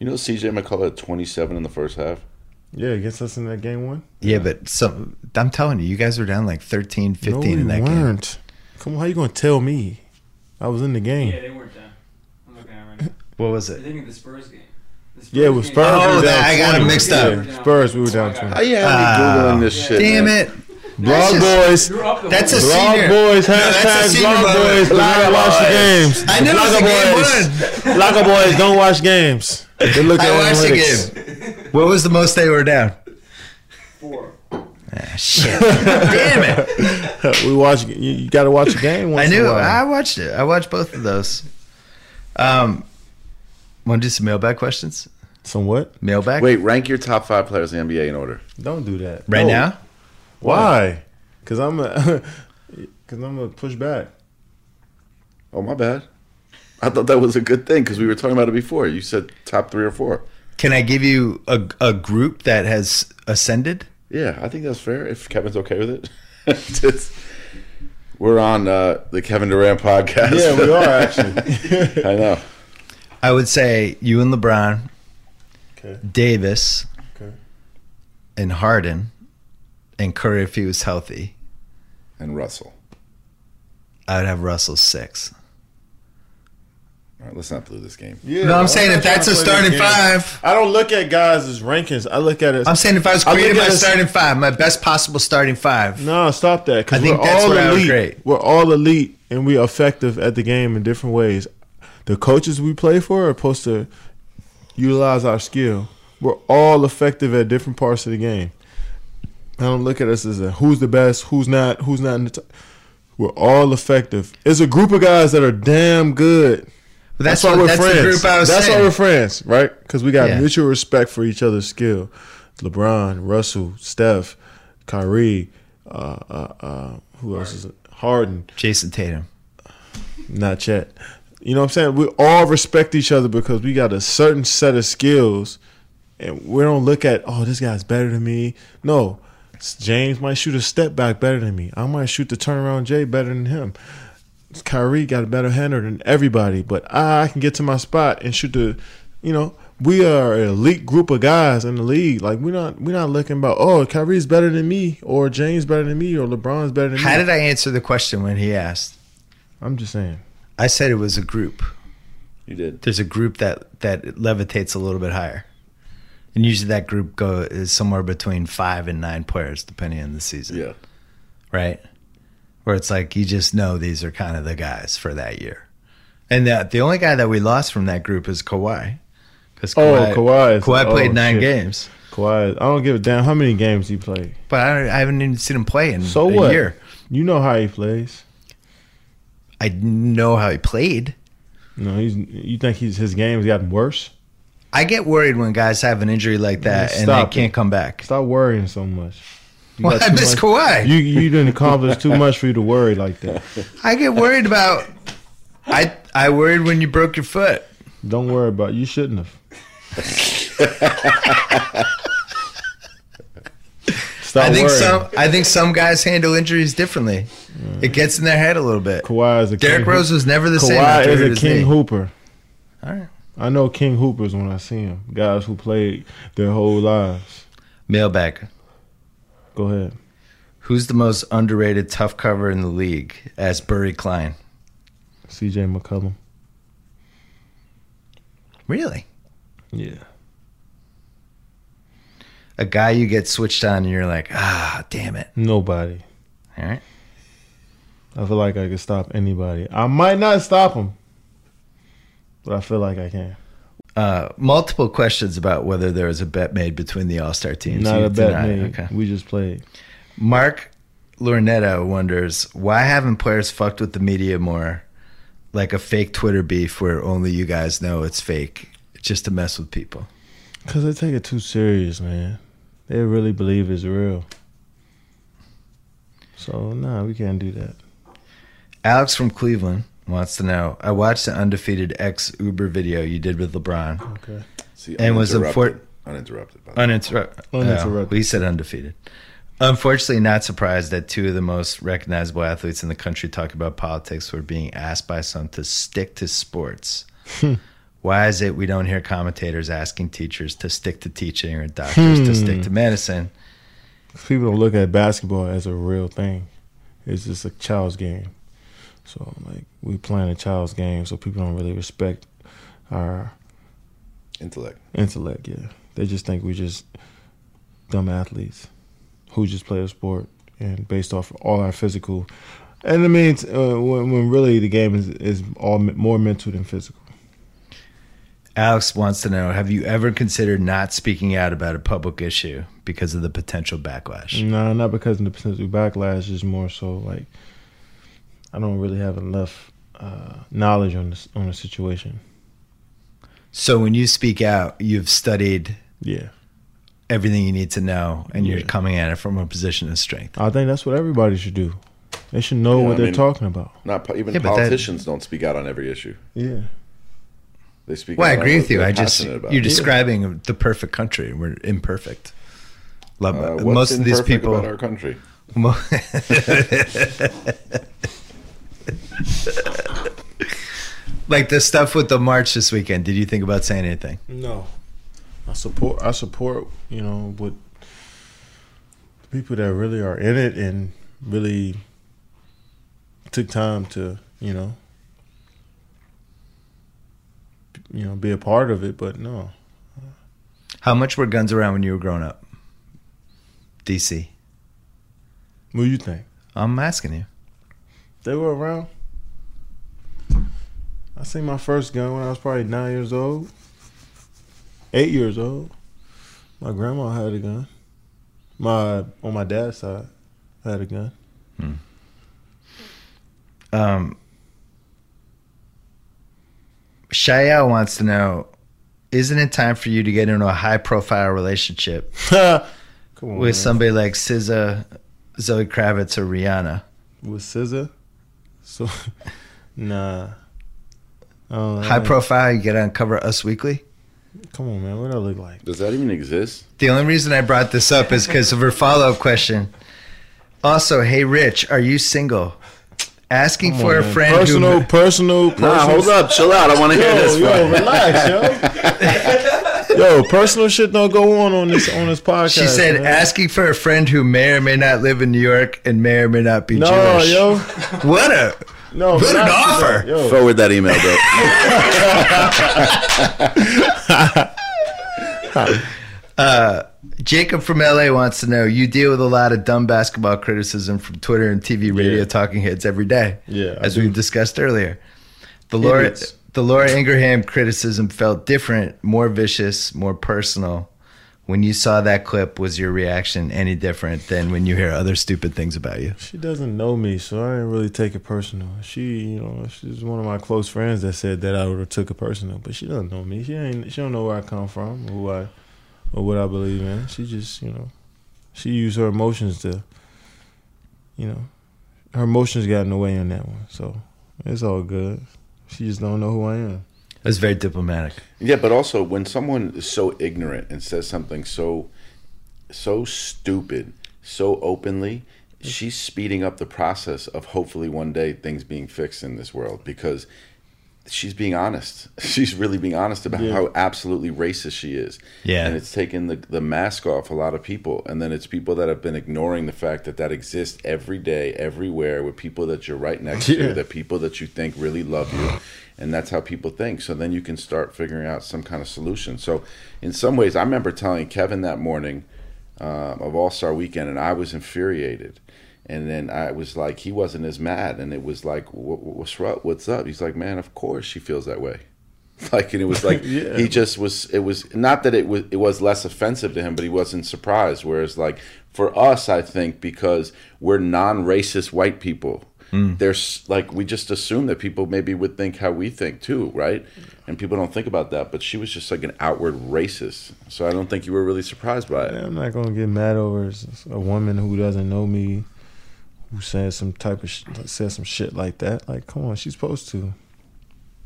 Speaker 3: You know, CJ McCullough had 27 in the first half.
Speaker 2: Yeah, against us in that game one.
Speaker 1: Yeah, but some I'm telling you, you guys were down like 13, 15
Speaker 2: no, we
Speaker 1: in that game.
Speaker 2: weren't. Come on, how you gonna tell me? I was in the game.
Speaker 4: Yeah, they weren't done. I'm looking at it right now.
Speaker 1: What was
Speaker 4: I
Speaker 1: it?
Speaker 4: think of the Spurs game. The Spurs
Speaker 2: Yeah, with
Speaker 4: game-
Speaker 2: Spurs. we
Speaker 1: Oh,
Speaker 2: were
Speaker 1: that-
Speaker 2: down
Speaker 1: I got 'em
Speaker 2: 20.
Speaker 1: mixed up.
Speaker 2: Yeah, Spurs, we were down
Speaker 4: Oh, I got
Speaker 2: twenty.
Speaker 4: it.
Speaker 3: How you having me
Speaker 1: Ah,
Speaker 3: googling this shit?
Speaker 1: Damn
Speaker 3: man?
Speaker 1: it.
Speaker 2: Blog
Speaker 1: just-
Speaker 2: boys.
Speaker 4: You're up the
Speaker 1: That's
Speaker 4: whole-
Speaker 1: a-
Speaker 2: Blog
Speaker 1: senior.
Speaker 2: boys.
Speaker 1: No, that's a
Speaker 2: Hashtag
Speaker 1: senior
Speaker 2: blog
Speaker 1: moment.
Speaker 2: boys. Do
Speaker 3: Blogger
Speaker 2: not watch the
Speaker 3: boys.
Speaker 2: games.
Speaker 1: I knew it was a
Speaker 2: Blogger boys. Blogger boys don't watch games. They look at analytics.
Speaker 1: game. What was the most they were down?
Speaker 4: four.
Speaker 1: Ah, Shit. <laughs> Damn it.
Speaker 2: <laughs> we watch. You, you got to watch a game.
Speaker 1: <laughs>
Speaker 2: Once
Speaker 1: I
Speaker 2: In
Speaker 1: knew.
Speaker 2: a
Speaker 1: I
Speaker 2: while.
Speaker 1: watched it. I watched both of those. Um, want to do some mailbag questions?
Speaker 2: Some what?
Speaker 1: Mailbag?
Speaker 3: Wait, rank your top five players in the NBA in order.
Speaker 2: Don't do that
Speaker 1: Right
Speaker 2: No.
Speaker 1: now?
Speaker 2: Why? Because I'm a. <laughs> Because I'm gonna push back.
Speaker 3: Oh, my bad. I thought that was a good thing because we were talking about it before. You said top three or four.
Speaker 1: Can I give you a, a group that has ascended?
Speaker 3: Yeah, I think that's fair if Kevin's okay with it. <laughs> Just- we're on uh, the Kevin Durant podcast.
Speaker 2: Yeah, we are actually.
Speaker 3: <laughs> I know.
Speaker 1: I would say you and LeBron,
Speaker 2: okay.
Speaker 1: Davis,
Speaker 2: Okay.
Speaker 1: and Harden, and Curry if he was healthy.
Speaker 3: And Russell.
Speaker 1: I would have Russell six.
Speaker 3: All right, let's not blew this game.
Speaker 2: Yeah.
Speaker 1: no, I'm
Speaker 2: I'm
Speaker 1: saying
Speaker 2: not
Speaker 1: if that's a
Speaker 2: trying
Speaker 1: starting
Speaker 2: to play this game.
Speaker 1: five.
Speaker 2: I don't look at guys as rankings. I look at it.
Speaker 1: I'm saying if I was
Speaker 2: I look
Speaker 1: creating
Speaker 2: at
Speaker 1: my
Speaker 2: this-
Speaker 1: starting five, my best possible starting five.
Speaker 2: No, stop that.
Speaker 1: I
Speaker 2: Because
Speaker 1: think
Speaker 2: we're
Speaker 1: that's
Speaker 2: all
Speaker 1: where I would
Speaker 2: elite.
Speaker 1: agree.
Speaker 2: We're all elite, and we're effective at the game in different ways. The coaches we play for are supposed to utilize our skill. We're all effective at different parts of the game. I don't look at us as a who's the best, who's not, who's not. In the top. We're all effective. It's a group of guys that are damn good.
Speaker 1: But
Speaker 2: That's,
Speaker 1: that's,
Speaker 2: why
Speaker 1: what-
Speaker 2: we're
Speaker 1: that's
Speaker 2: friends.
Speaker 1: the group I was
Speaker 2: that's
Speaker 1: saying.
Speaker 2: why we're friends, right? Because we got
Speaker 1: Yeah.
Speaker 2: mutual respect for each other's skill. LeBron, Russell, Steph, Kyrie, uh, uh, uh, who else is it? Harden,
Speaker 1: Jason Tatum.
Speaker 2: not yet. You know what I'm saying? We all respect each other because we got a certain set of skills, and we don't look at oh this guy's better than me. No, James might shoot a step back better than me. I might shoot the turnaround J better than him. Kyrie got a better hander than everybody, but I can get to my spot and shoot the. You know, we are an elite group of guys in the league. Like we're not we're not looking about oh Kyrie's better than me or James better than me or LeBron's better than
Speaker 1: How
Speaker 2: me.
Speaker 1: did I answer the question when he asked?
Speaker 2: I'm just saying.
Speaker 1: I said it was a group.
Speaker 3: You did.
Speaker 1: There's a group that that levitates a little bit higher, and usually that group go is somewhere between five and nine players, depending on the season.
Speaker 3: Yeah.
Speaker 1: right? Where it's like you just know these are kind of the guys for that year, and that the only guy that we lost from that group is Kawhi, because
Speaker 2: Oh, Kawhi is-
Speaker 1: Kawhi
Speaker 2: oh,
Speaker 1: played nine
Speaker 2: shit.
Speaker 1: games,
Speaker 2: Kawhi, I don't give a damn how many games he played.
Speaker 1: but I, don't, I haven't even seen him play in
Speaker 2: So
Speaker 1: a
Speaker 2: what?
Speaker 1: year.
Speaker 2: You know how he plays.
Speaker 1: I know how he played.
Speaker 2: No, he's. You think he's his game's gotten worse?
Speaker 1: I get worried when guys have an injury like that
Speaker 2: Man,
Speaker 1: and they
Speaker 2: stop
Speaker 1: can't
Speaker 2: it.
Speaker 1: come back.
Speaker 2: Stop worrying so much. You
Speaker 1: Well,
Speaker 2: got
Speaker 1: <laughs> I
Speaker 2: too
Speaker 1: miss
Speaker 2: much-
Speaker 1: Kawhi.
Speaker 2: You you didn't accomplish too much for you to worry like that.
Speaker 1: I get worried about. I I worried when you broke your foot.
Speaker 2: Don't worry about. it. You shouldn't have. Stop
Speaker 1: I think
Speaker 2: worrying.
Speaker 1: some I think some guys handle injuries differently.
Speaker 2: Mm.
Speaker 1: It gets in their head a little bit.
Speaker 2: Kawhi is a
Speaker 1: Derrick
Speaker 2: king
Speaker 1: Rose
Speaker 2: hoop-
Speaker 1: was never the same.
Speaker 2: Kawhi
Speaker 1: after he
Speaker 2: is
Speaker 1: hurt
Speaker 2: a
Speaker 1: his
Speaker 2: king
Speaker 1: knee.
Speaker 2: hooper.
Speaker 1: All right.
Speaker 2: I know king hoopers when I see them. Guys who played their whole lives.
Speaker 1: Mailbag.
Speaker 2: Go ahead.
Speaker 1: Who's the most underrated tough cover in the league? As Burry Klein.
Speaker 2: C.J. McCollum.
Speaker 1: Really?
Speaker 2: Yeah.
Speaker 1: A guy you get switched on and you're like, ah, damn it.
Speaker 2: Nobody.
Speaker 1: All right.
Speaker 2: I feel like I could stop anybody. I might not stop them, but I feel like I can.
Speaker 1: Uh, multiple questions about whether there was a bet made between the All Star teams.
Speaker 2: Not
Speaker 1: You
Speaker 2: a bet
Speaker 1: deny it.
Speaker 2: made.
Speaker 1: Okay.
Speaker 2: We just played.
Speaker 1: Mark Lornetta wonders why haven't players fucked with the media more, like a fake Twitter beef where only you guys know it's fake, just to mess with people.
Speaker 2: Cause they take it too serious, man. They really believe it's real. So nah, we can't do that.
Speaker 1: Alex from Cleveland wants to know. I watched the undefeated ex Uber video you did with LeBron.
Speaker 2: Okay.
Speaker 3: See,
Speaker 1: And was a
Speaker 3: uninterrupted- uninterrupted. By the way.
Speaker 1: Uninterrupted.
Speaker 2: Uninterrupted.
Speaker 1: we said undefeated. Unfortunately, not surprised that two of the most recognizable athletes in the country talking about politics were being asked by some to stick to sports.
Speaker 2: Hmm.
Speaker 1: Why is it we don't hear commentators asking teachers to stick to teaching or doctors to stick to
Speaker 2: Hmm.
Speaker 1: medicine?
Speaker 2: People don't look at basketball as a real thing. It's just a child's game. So like we playing a child's game, so people don't really respect our
Speaker 3: Intellect.
Speaker 2: Intellect, yeah. They just think we just dumb athletes who just play a sport and based off all our physical. And I mean, it's, uh, when, when really the game is, is all me- more mental than physical.
Speaker 1: Alex wants to know Have you ever considered not speaking out about a public issue because of the potential backlash?
Speaker 2: No, not because of the potential backlash. Is more so like I don't really have enough uh, knowledge on this on the situation.
Speaker 1: So when you speak out, you've studied
Speaker 2: Yeah,
Speaker 1: everything you need to know and you're
Speaker 2: Yeah.
Speaker 1: coming at it from a position of strength.
Speaker 2: I think that's what everybody should do. They should know
Speaker 3: Yeah,
Speaker 2: what
Speaker 3: I
Speaker 2: they're
Speaker 3: mean-
Speaker 2: talking about.
Speaker 3: Not po- even
Speaker 1: Yeah, but that-
Speaker 3: politicians don't speak out on every issue.
Speaker 2: Yeah,
Speaker 3: They speak.
Speaker 1: Well, I
Speaker 3: out on
Speaker 1: agree
Speaker 3: what
Speaker 1: with you.
Speaker 3: they're
Speaker 1: I just,
Speaker 3: passionate about.
Speaker 1: you're describing the perfect country. We're imperfect. Love
Speaker 3: Uh, what's
Speaker 1: most of these
Speaker 3: imperfect
Speaker 1: people.
Speaker 3: about our country.
Speaker 1: <laughs> Mo- <laughs> like the stuff with the march this weekend. Did you think about saying anything?
Speaker 2: no, I support. I support. You know, what the people that really are in it and really took time to you know you know be a part of it. But no,
Speaker 1: How much were guns around when you were growing up? DC.
Speaker 2: what do you think?
Speaker 1: I'm asking you.
Speaker 2: They were around. I seen my first gun when I was probably nine years old, eight years old. My grandma had a gun. My on my dad's side had a gun.
Speaker 1: Um, Shia wants to know Isn't it time for you to get into a high profile relationship
Speaker 2: Come on, man.
Speaker 1: with somebody like SZA, Zoe Kravitz, or Rihanna?
Speaker 2: with scissor. So, <laughs> nah. Oh,
Speaker 1: High profile, you get on Cover Us Weekly?
Speaker 2: Come on, man. What I look like?
Speaker 3: Does that even exist?
Speaker 1: The only reason I brought this up is because of her follow up question. Also, hey, Rich, are you single? Asking
Speaker 2: Come
Speaker 1: for a
Speaker 2: on, man.
Speaker 1: friend
Speaker 2: personal,
Speaker 1: who.
Speaker 2: personal, personal.
Speaker 3: Nah, hold up, chill out. I want to <laughs>
Speaker 2: <laughs>
Speaker 3: hear
Speaker 2: Yo,
Speaker 3: this.
Speaker 2: yo,
Speaker 3: one.
Speaker 2: relax,
Speaker 1: <laughs>
Speaker 2: yo. yo, personal shit don't go on on this on this podcast.
Speaker 1: She said,
Speaker 2: man.
Speaker 1: asking for a friend who may or may not live in New York and may or may not be
Speaker 2: No,
Speaker 1: Jewish.
Speaker 2: yo,
Speaker 1: What a.
Speaker 2: no.
Speaker 1: Put an
Speaker 2: relax,
Speaker 1: offer.
Speaker 2: Yo, yo.
Speaker 3: Forward that email, bro.
Speaker 1: Jacob from LA wants to know you deal with a lot of dumb basketball criticism from Twitter and TV radio
Speaker 2: Yeah.
Speaker 1: talking heads every day.
Speaker 2: Yeah, I
Speaker 1: As
Speaker 2: do.
Speaker 1: we discussed earlier. The Laura,
Speaker 2: Idiots.
Speaker 1: the Laura Ingraham criticism felt different, more vicious, more personal. When you saw that clip, was your reaction any different than when you hear other stupid things about you?
Speaker 2: She doesn't know me, so I didn't really take it personal. She, you know, she's one of my close friends that said that I would have took it personal, but she doesn't know me. She ain't. She don't know where I come from, or who I, or what I believe in. She just, you know, she used her emotions to, you know, her emotions got in the way on that one. So it's all good. She just don't know who I am.
Speaker 1: It was very diplomatic.
Speaker 3: <laughs> yeah, but also when someone is so ignorant and says something so, so stupid, so openly, she's speeding up the process of hopefully one day things being fixed in this world because she's being honest. <laughs> She's really being honest about
Speaker 2: Yeah.
Speaker 3: how absolutely racist she is.
Speaker 1: Yeah.
Speaker 3: And it's taken the, the mask off a lot of people. And then it's people that have been ignoring the fact that that exists every day, everywhere, with people that you're right next
Speaker 2: Yeah.
Speaker 3: to, the people that you think really love you. And that's how people think. So then you can start figuring out some kind of solution. So, in some ways, I remember telling Kevin that morning um, of All Star Weekend, and I was infuriated. And then I was like, he wasn't as mad, and it was like, "Wha- wha- what's up? What's up? He's like, man, of course she feels that way. <laughs> Like, and it was like
Speaker 2: <laughs> Yeah.
Speaker 3: he just was. It was not that it was it was less offensive to him, but he wasn't surprised. Whereas, like for us, I think because we're non-racist white people,
Speaker 2: Mm.
Speaker 3: there's like we just assume that people maybe would think how we think too, right? And people don't think about that. But she was just like an outward racist, so I don't think you were really surprised by it.
Speaker 2: Yeah, I'm not gonna get mad over s- a woman who doesn't know me, who says some type of sh- says some shit like that. Like, come on, she's supposed to.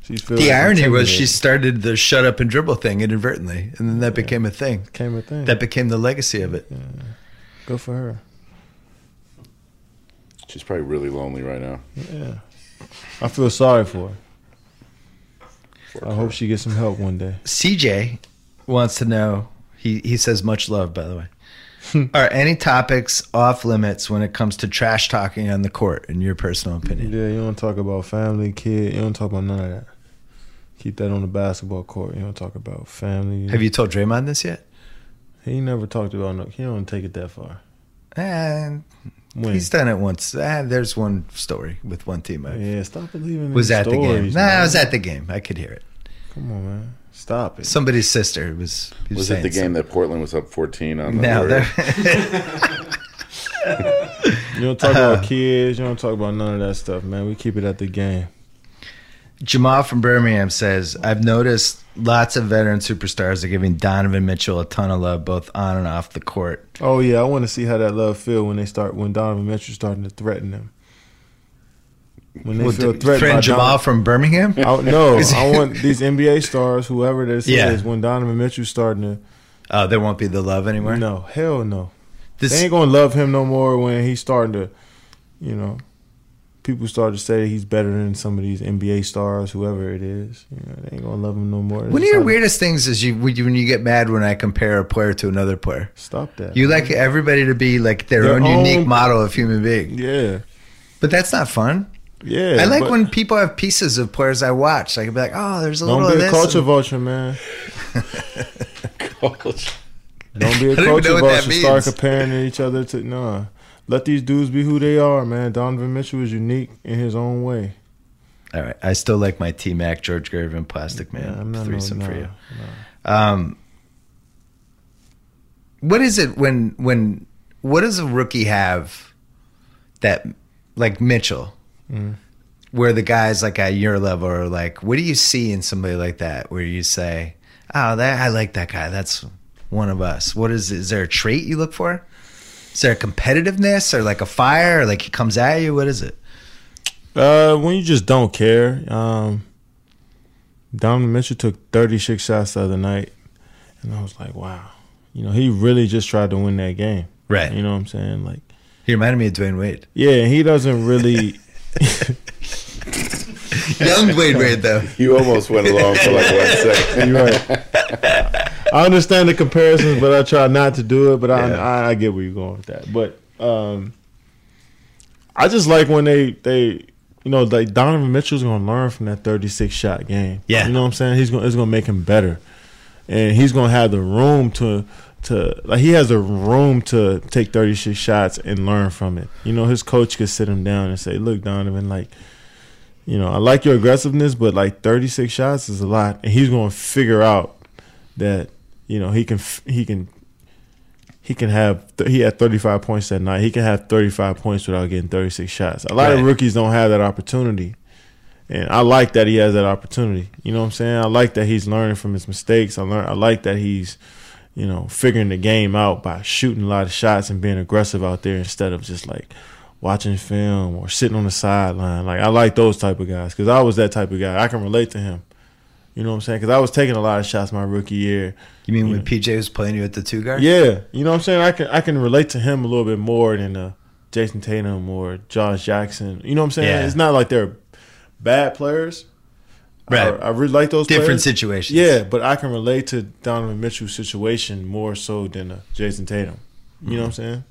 Speaker 2: She's
Speaker 1: The irony was she started the shut up and dribble thing inadvertently, and then that became a thing.
Speaker 2: came a thing.
Speaker 1: That became the legacy of it.
Speaker 2: Good for her.
Speaker 3: She's probably really lonely right now.
Speaker 2: Yeah, I feel sorry for her.
Speaker 3: For
Speaker 2: I
Speaker 3: her.
Speaker 2: hope she gets some help one day.
Speaker 1: CJ wants to know. He he says much love, by
Speaker 2: <laughs>
Speaker 1: the way. Are any topics off limits when it comes to trash talking on the court, in your personal opinion?
Speaker 2: Yeah, you don't talk about family, kid. You don't talk about none of that. Keep that on the basketball court. You don't talk about family.
Speaker 1: Have you told Draymond this yet?
Speaker 2: He never talked about no. He don't take it that far.
Speaker 1: And
Speaker 2: When?
Speaker 1: Eh, he's done it once. Ah, there's one story with one team. I
Speaker 2: yeah, stop believing.
Speaker 1: was
Speaker 2: in
Speaker 1: at the game.
Speaker 2: stories,
Speaker 1: Nah,
Speaker 2: man.
Speaker 1: I was at the game. I could hear it.
Speaker 2: Come on, man. Stop it.
Speaker 1: Somebody's sister was. Was,
Speaker 3: Was it the
Speaker 1: saying
Speaker 3: game that Portland was up 14 on?
Speaker 1: something.
Speaker 3: The
Speaker 1: No,
Speaker 3: Warriors?
Speaker 1: there-
Speaker 2: You don't talk <laughs> about kids. You don't talk about none of that stuff, man. We keep it at the game.
Speaker 1: <laughs> Jamal from Birmingham says, I've noticed lots of veteran superstars are giving Donovan Mitchell a ton of love, both on and off the court.
Speaker 2: Oh yeah, I want to see how that love feel when they start when Donovan Mitchell's starting to threaten them. When they
Speaker 1: Well,
Speaker 2: feel
Speaker 1: d-
Speaker 2: threatened by
Speaker 1: friend Jamal
Speaker 2: Donovan.
Speaker 1: from Birmingham?
Speaker 2: I,
Speaker 1: <laughs>
Speaker 2: no,
Speaker 1: Is
Speaker 2: I
Speaker 1: he-
Speaker 2: want these NBA stars, whoever this
Speaker 1: Yeah.
Speaker 2: is, when Donovan Mitchell's starting to.
Speaker 1: Oh, there won't be the love anymore?
Speaker 2: No, hell no.
Speaker 1: This,
Speaker 2: They ain't gonna love him no more when he's starting to, you know, people start to say he's better than some of these NBA stars, whoever it is. You know, they ain't gonna love him no more.
Speaker 1: one of
Speaker 2: That's
Speaker 1: your
Speaker 2: how-
Speaker 1: weirdest things is you when you when you get mad when I compare a player to another player.
Speaker 2: Stop that.
Speaker 1: You like everybody to be like their,
Speaker 2: Their
Speaker 1: own, unique
Speaker 2: own-
Speaker 1: model of human being.
Speaker 2: yeah,
Speaker 1: But that's not fun.
Speaker 2: yeah.
Speaker 1: I like
Speaker 2: but
Speaker 1: when people have pieces of players I watch. I can be like, oh, there's a little
Speaker 2: don't
Speaker 1: of
Speaker 2: be a
Speaker 1: this.
Speaker 2: culture
Speaker 1: and-
Speaker 2: vulture, man.
Speaker 3: <laughs>
Speaker 2: Don't be
Speaker 1: <laughs> I
Speaker 2: a
Speaker 1: don't even know
Speaker 2: culture
Speaker 1: what that
Speaker 2: vulture. Start
Speaker 1: means.
Speaker 2: comparing to each other to nah. Let these dudes be who they are, man. Donovan Mitchell is unique in his own way.
Speaker 1: All right. I still like my T Mac, George Gervin, Plastic Man
Speaker 2: Yeah, I'm not-
Speaker 1: threesome
Speaker 2: no,
Speaker 1: for
Speaker 2: no,
Speaker 1: you. Um, what is it when when what does a rookie have that like Mitchell,
Speaker 2: Mm.
Speaker 1: where the guys like at your level are like, what do you see in somebody like that where you say, oh, that I like that guy, that's one of us. What is is there a trait you look for? Is there a competitiveness or like a fire? Or like he comes at you? What is it?
Speaker 2: Uh, when you just don't care. Um, Donovan Mitchell took 36 shots the other night, and I was like, wow. You know, he really just tried to win that game.
Speaker 1: Right.
Speaker 2: You know what I'm saying? Like,
Speaker 1: He reminded me of Dwayne Wade.
Speaker 2: yeah, he doesn't really.
Speaker 1: <laughs> Young Dwayne Wade though.
Speaker 3: You almost went along for like one
Speaker 1: <laughs>
Speaker 3: second.
Speaker 2: You're right. I understand the comparisons, but I try not to do it. But I,
Speaker 1: Yeah.
Speaker 2: I, I get where you're going with that. But um, I just like when they they you know like Donovan Mitchell's gonna learn from that 36 shot game.
Speaker 1: Yeah.
Speaker 2: you know what I'm saying. He's gonna it's gonna make him better, and he's gonna have the room to to like he has the room to take 36 shots and learn from it. You know, his coach could sit him down and say, "Look, Donovan, like." you know, I like your aggressiveness, but like 36 shots is a lot, and he's going to figure out that you know he can f- he can he can have th- he had 35 points that night. He can have 35 points without getting 36 shots. A lot of
Speaker 1: Right.
Speaker 2: rookies don't have that opportunity. And I like that he has that opportunity. You know what I'm saying? I like that he's learning from his mistakes. I learn I like that he's you know, figuring the game out by shooting a lot of shots and being aggressive out there instead of just like watching film or sitting on the sideline. Like I like those type of guys because I was that type of guy. I can relate to him. You know what I'm saying? Because I was taking a lot of shots my rookie year.
Speaker 1: You mean when PJ was playing you at the two guard?
Speaker 2: Yeah, you know what I'm saying. I can I can relate to him a little bit more than uh, Jason Tatum or Josh Jackson. You know what I'm saying?
Speaker 1: Yeah.
Speaker 2: It's not like they're bad players.
Speaker 1: Right.
Speaker 2: I, I really like those
Speaker 1: Different
Speaker 2: players.
Speaker 1: situations.
Speaker 2: Yeah, but I can relate to Donovan Mitchell's situation more so than uh, Jason Tatum. You know what I'm saying?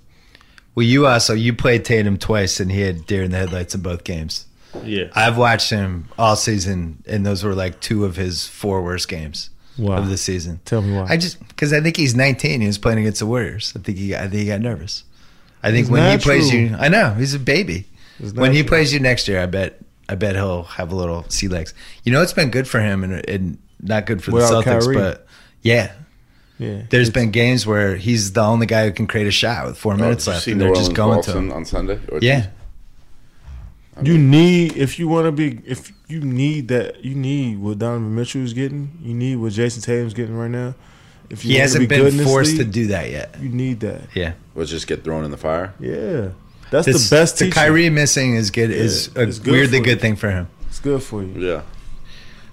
Speaker 1: Well, you also you played Tatum twice, and he had deer in the headlights in both games.
Speaker 2: Yeah.
Speaker 1: I've watched him all season, and those were like two of his four worst games
Speaker 2: Wow.
Speaker 1: of the season.
Speaker 2: Tell me why.
Speaker 1: I just because I think he's 19. He was playing against the Warriors. I think he I think he got nervous. I think
Speaker 2: It's
Speaker 1: when
Speaker 2: natural.
Speaker 1: he plays you, I know he's a baby.
Speaker 2: It's
Speaker 1: When he
Speaker 2: natural.
Speaker 1: plays you next year, I bet I bet he'll have a little sea legs. You know, it's been good for him and, and not good for
Speaker 2: Without
Speaker 1: the Celtics,
Speaker 2: Kyrie.
Speaker 1: but yeah.
Speaker 2: yeah.
Speaker 1: There's been games where he's the only guy who can create a shot with four
Speaker 3: Oh,
Speaker 1: minutes
Speaker 3: did you
Speaker 1: left,
Speaker 3: see
Speaker 1: and
Speaker 3: New
Speaker 1: they're just
Speaker 3: Orleans
Speaker 1: going
Speaker 3: Balls
Speaker 1: to
Speaker 3: on-
Speaker 1: him.
Speaker 3: on Sunday. Or
Speaker 1: Yeah,
Speaker 2: you need if you want to be if you need that you need what Donovan Mitchell is getting. You need what Jason Tatum's getting right now. If you
Speaker 1: he
Speaker 2: wanna
Speaker 1: hasn't
Speaker 2: be good in
Speaker 1: been
Speaker 2: this
Speaker 1: forced to
Speaker 2: league,
Speaker 1: do that yet.
Speaker 2: You need that.
Speaker 1: Yeah,
Speaker 3: was just get thrown in the fire.
Speaker 2: Yeah, that's
Speaker 1: This-
Speaker 2: the best.
Speaker 1: The
Speaker 2: teacher.
Speaker 1: Kyrie missing is good. is
Speaker 2: Yeah,
Speaker 1: a
Speaker 2: it's good
Speaker 1: weirdly
Speaker 2: for
Speaker 1: good
Speaker 2: you.
Speaker 1: thing for him.
Speaker 2: It's good for you.
Speaker 3: Yeah.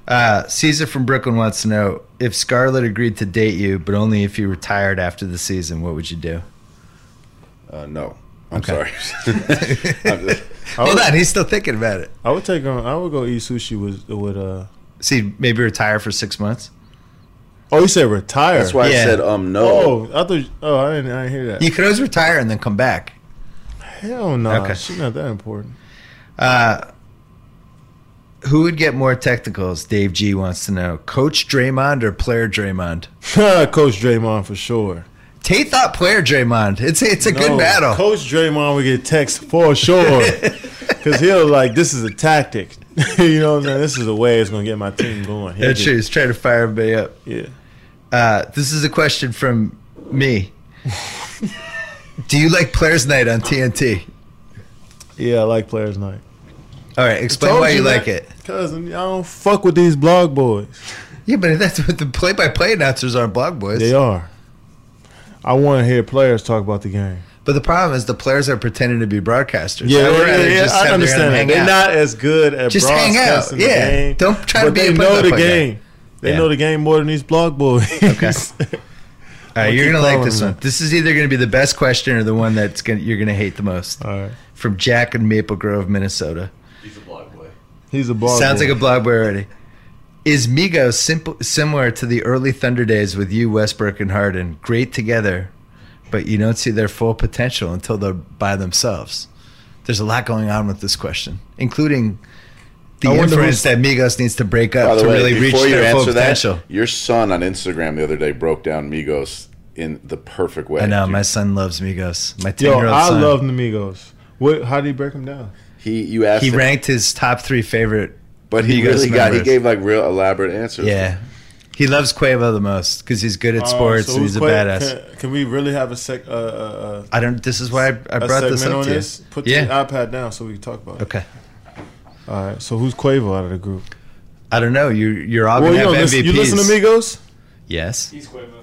Speaker 1: Uh, Caesar from Brooklyn wants to know if Scarlett agreed to date you, but only if you retired after the season. What would you do?
Speaker 3: Uh, no. I'm
Speaker 1: <laughs> Okay.
Speaker 3: sorry. I'm just-
Speaker 1: Hold on, he's still thinking about it.
Speaker 2: I would take on. I would go eat sushi with with. uh
Speaker 1: See, maybe retire for six months.
Speaker 2: Oh, you said retire.
Speaker 3: that's why
Speaker 1: Yeah.
Speaker 3: I said um no.
Speaker 2: Oh, I thought. Oh, I didn't. I didn't hear that.
Speaker 1: You could always retire and then come back.
Speaker 2: Hell no.
Speaker 1: Okay.
Speaker 2: She's not that important. <laughs>
Speaker 1: Uh, who would get more technicals? Dave G wants to know: Coach Draymond or player Draymond?
Speaker 2: Coach Draymond for sure.
Speaker 1: Tate thought player Draymond. It's it's a <laughs> good
Speaker 2: No,
Speaker 1: battle.
Speaker 2: Coach Draymond would get text
Speaker 1: <laughs>
Speaker 2: for sure because he'll like this is a tactic. <laughs> you know what I'm saying? This is the way it's gonna get my team going. He'll
Speaker 1: That's
Speaker 2: just-
Speaker 1: true. He's trying to fire everybody up.
Speaker 2: Yeah.
Speaker 1: Uh, this is a question from me. Do you like Players Night on TNT?
Speaker 2: Yeah, I like Players Night.
Speaker 1: All right, explain why you like it.
Speaker 2: Cause I don't fuck with these blog boys.
Speaker 1: Yeah, but that's what the play-by-play announcers are, on blog boys.
Speaker 2: They are. I want to hear players talk about the game.
Speaker 1: But the problem is the players are pretending to be broadcasters.
Speaker 2: Yeah,
Speaker 1: I'd
Speaker 2: yeah,
Speaker 1: rather
Speaker 2: yeah,
Speaker 1: just have
Speaker 2: I
Speaker 1: them
Speaker 2: understand that.
Speaker 1: hang
Speaker 2: They're
Speaker 1: out.
Speaker 2: not as good at
Speaker 1: Just hang out,
Speaker 2: broadcasting the
Speaker 1: yeah.
Speaker 2: game.
Speaker 1: Don't try to
Speaker 2: but
Speaker 1: be a
Speaker 2: They know the
Speaker 1: play-by-play guy.
Speaker 2: game. They
Speaker 1: Yeah.
Speaker 2: know the game more than these blog boys. <laughs> Okay.
Speaker 1: All right,
Speaker 2: I'll
Speaker 1: you're
Speaker 2: keep
Speaker 1: gonna like
Speaker 2: following
Speaker 1: this
Speaker 2: them.
Speaker 1: one. This is either gonna be the best question or the one that's gonna you're gonna hate the most.
Speaker 2: All right.
Speaker 1: From Jack in Maple Grove, Minnesota.
Speaker 4: He's a blog boy.
Speaker 2: He's a blog.
Speaker 1: Sounds
Speaker 2: boy.
Speaker 1: like a blog boy already. Is Migos simple, similar to the early Thunder days with you, Westbrook, and Harden? Great together, but you don't see their full potential until they're by themselves. There's a lot going on with this question, including the
Speaker 2: I wonder
Speaker 1: inference that Migos needs to break
Speaker 3: By
Speaker 1: up
Speaker 3: the
Speaker 1: to
Speaker 3: way,
Speaker 1: really reach
Speaker 3: before you
Speaker 1: their full
Speaker 3: answer
Speaker 1: potential.
Speaker 3: that, your son on Instagram the other day broke down Migos in the perfect way.
Speaker 1: I know
Speaker 3: You-
Speaker 1: my son loves Migos. My
Speaker 2: Yo,
Speaker 1: ten-year-old
Speaker 2: I
Speaker 1: son.
Speaker 2: love Namigos. What? How do you break them down?
Speaker 3: he you asked
Speaker 1: he
Speaker 3: him,
Speaker 1: ranked his top three favorite.
Speaker 3: but he
Speaker 1: Migos
Speaker 3: really got he
Speaker 1: members.
Speaker 3: gave like real elaborate answers.
Speaker 1: Yeah, he loves Quavo the most because he's good at sports
Speaker 2: Um, so
Speaker 1: and he's
Speaker 2: who's
Speaker 1: a
Speaker 2: play-
Speaker 1: badass.
Speaker 2: Can, can we really have a sec? Uh, uh, uh,
Speaker 1: I don't. This is why I, I
Speaker 2: a
Speaker 1: brought this
Speaker 2: segment
Speaker 1: up
Speaker 2: on
Speaker 1: to you.
Speaker 2: this? Put
Speaker 1: yeah.
Speaker 2: the iPad down so we can talk about it.
Speaker 1: okay.
Speaker 2: All right. So who's Quavo out of the group?
Speaker 1: I don't know. You you're all
Speaker 2: well, you
Speaker 1: gonna
Speaker 2: don't
Speaker 1: have
Speaker 2: listen,
Speaker 1: MVPs.
Speaker 2: you listen to Migos?
Speaker 1: Yes.
Speaker 4: He's Quavo.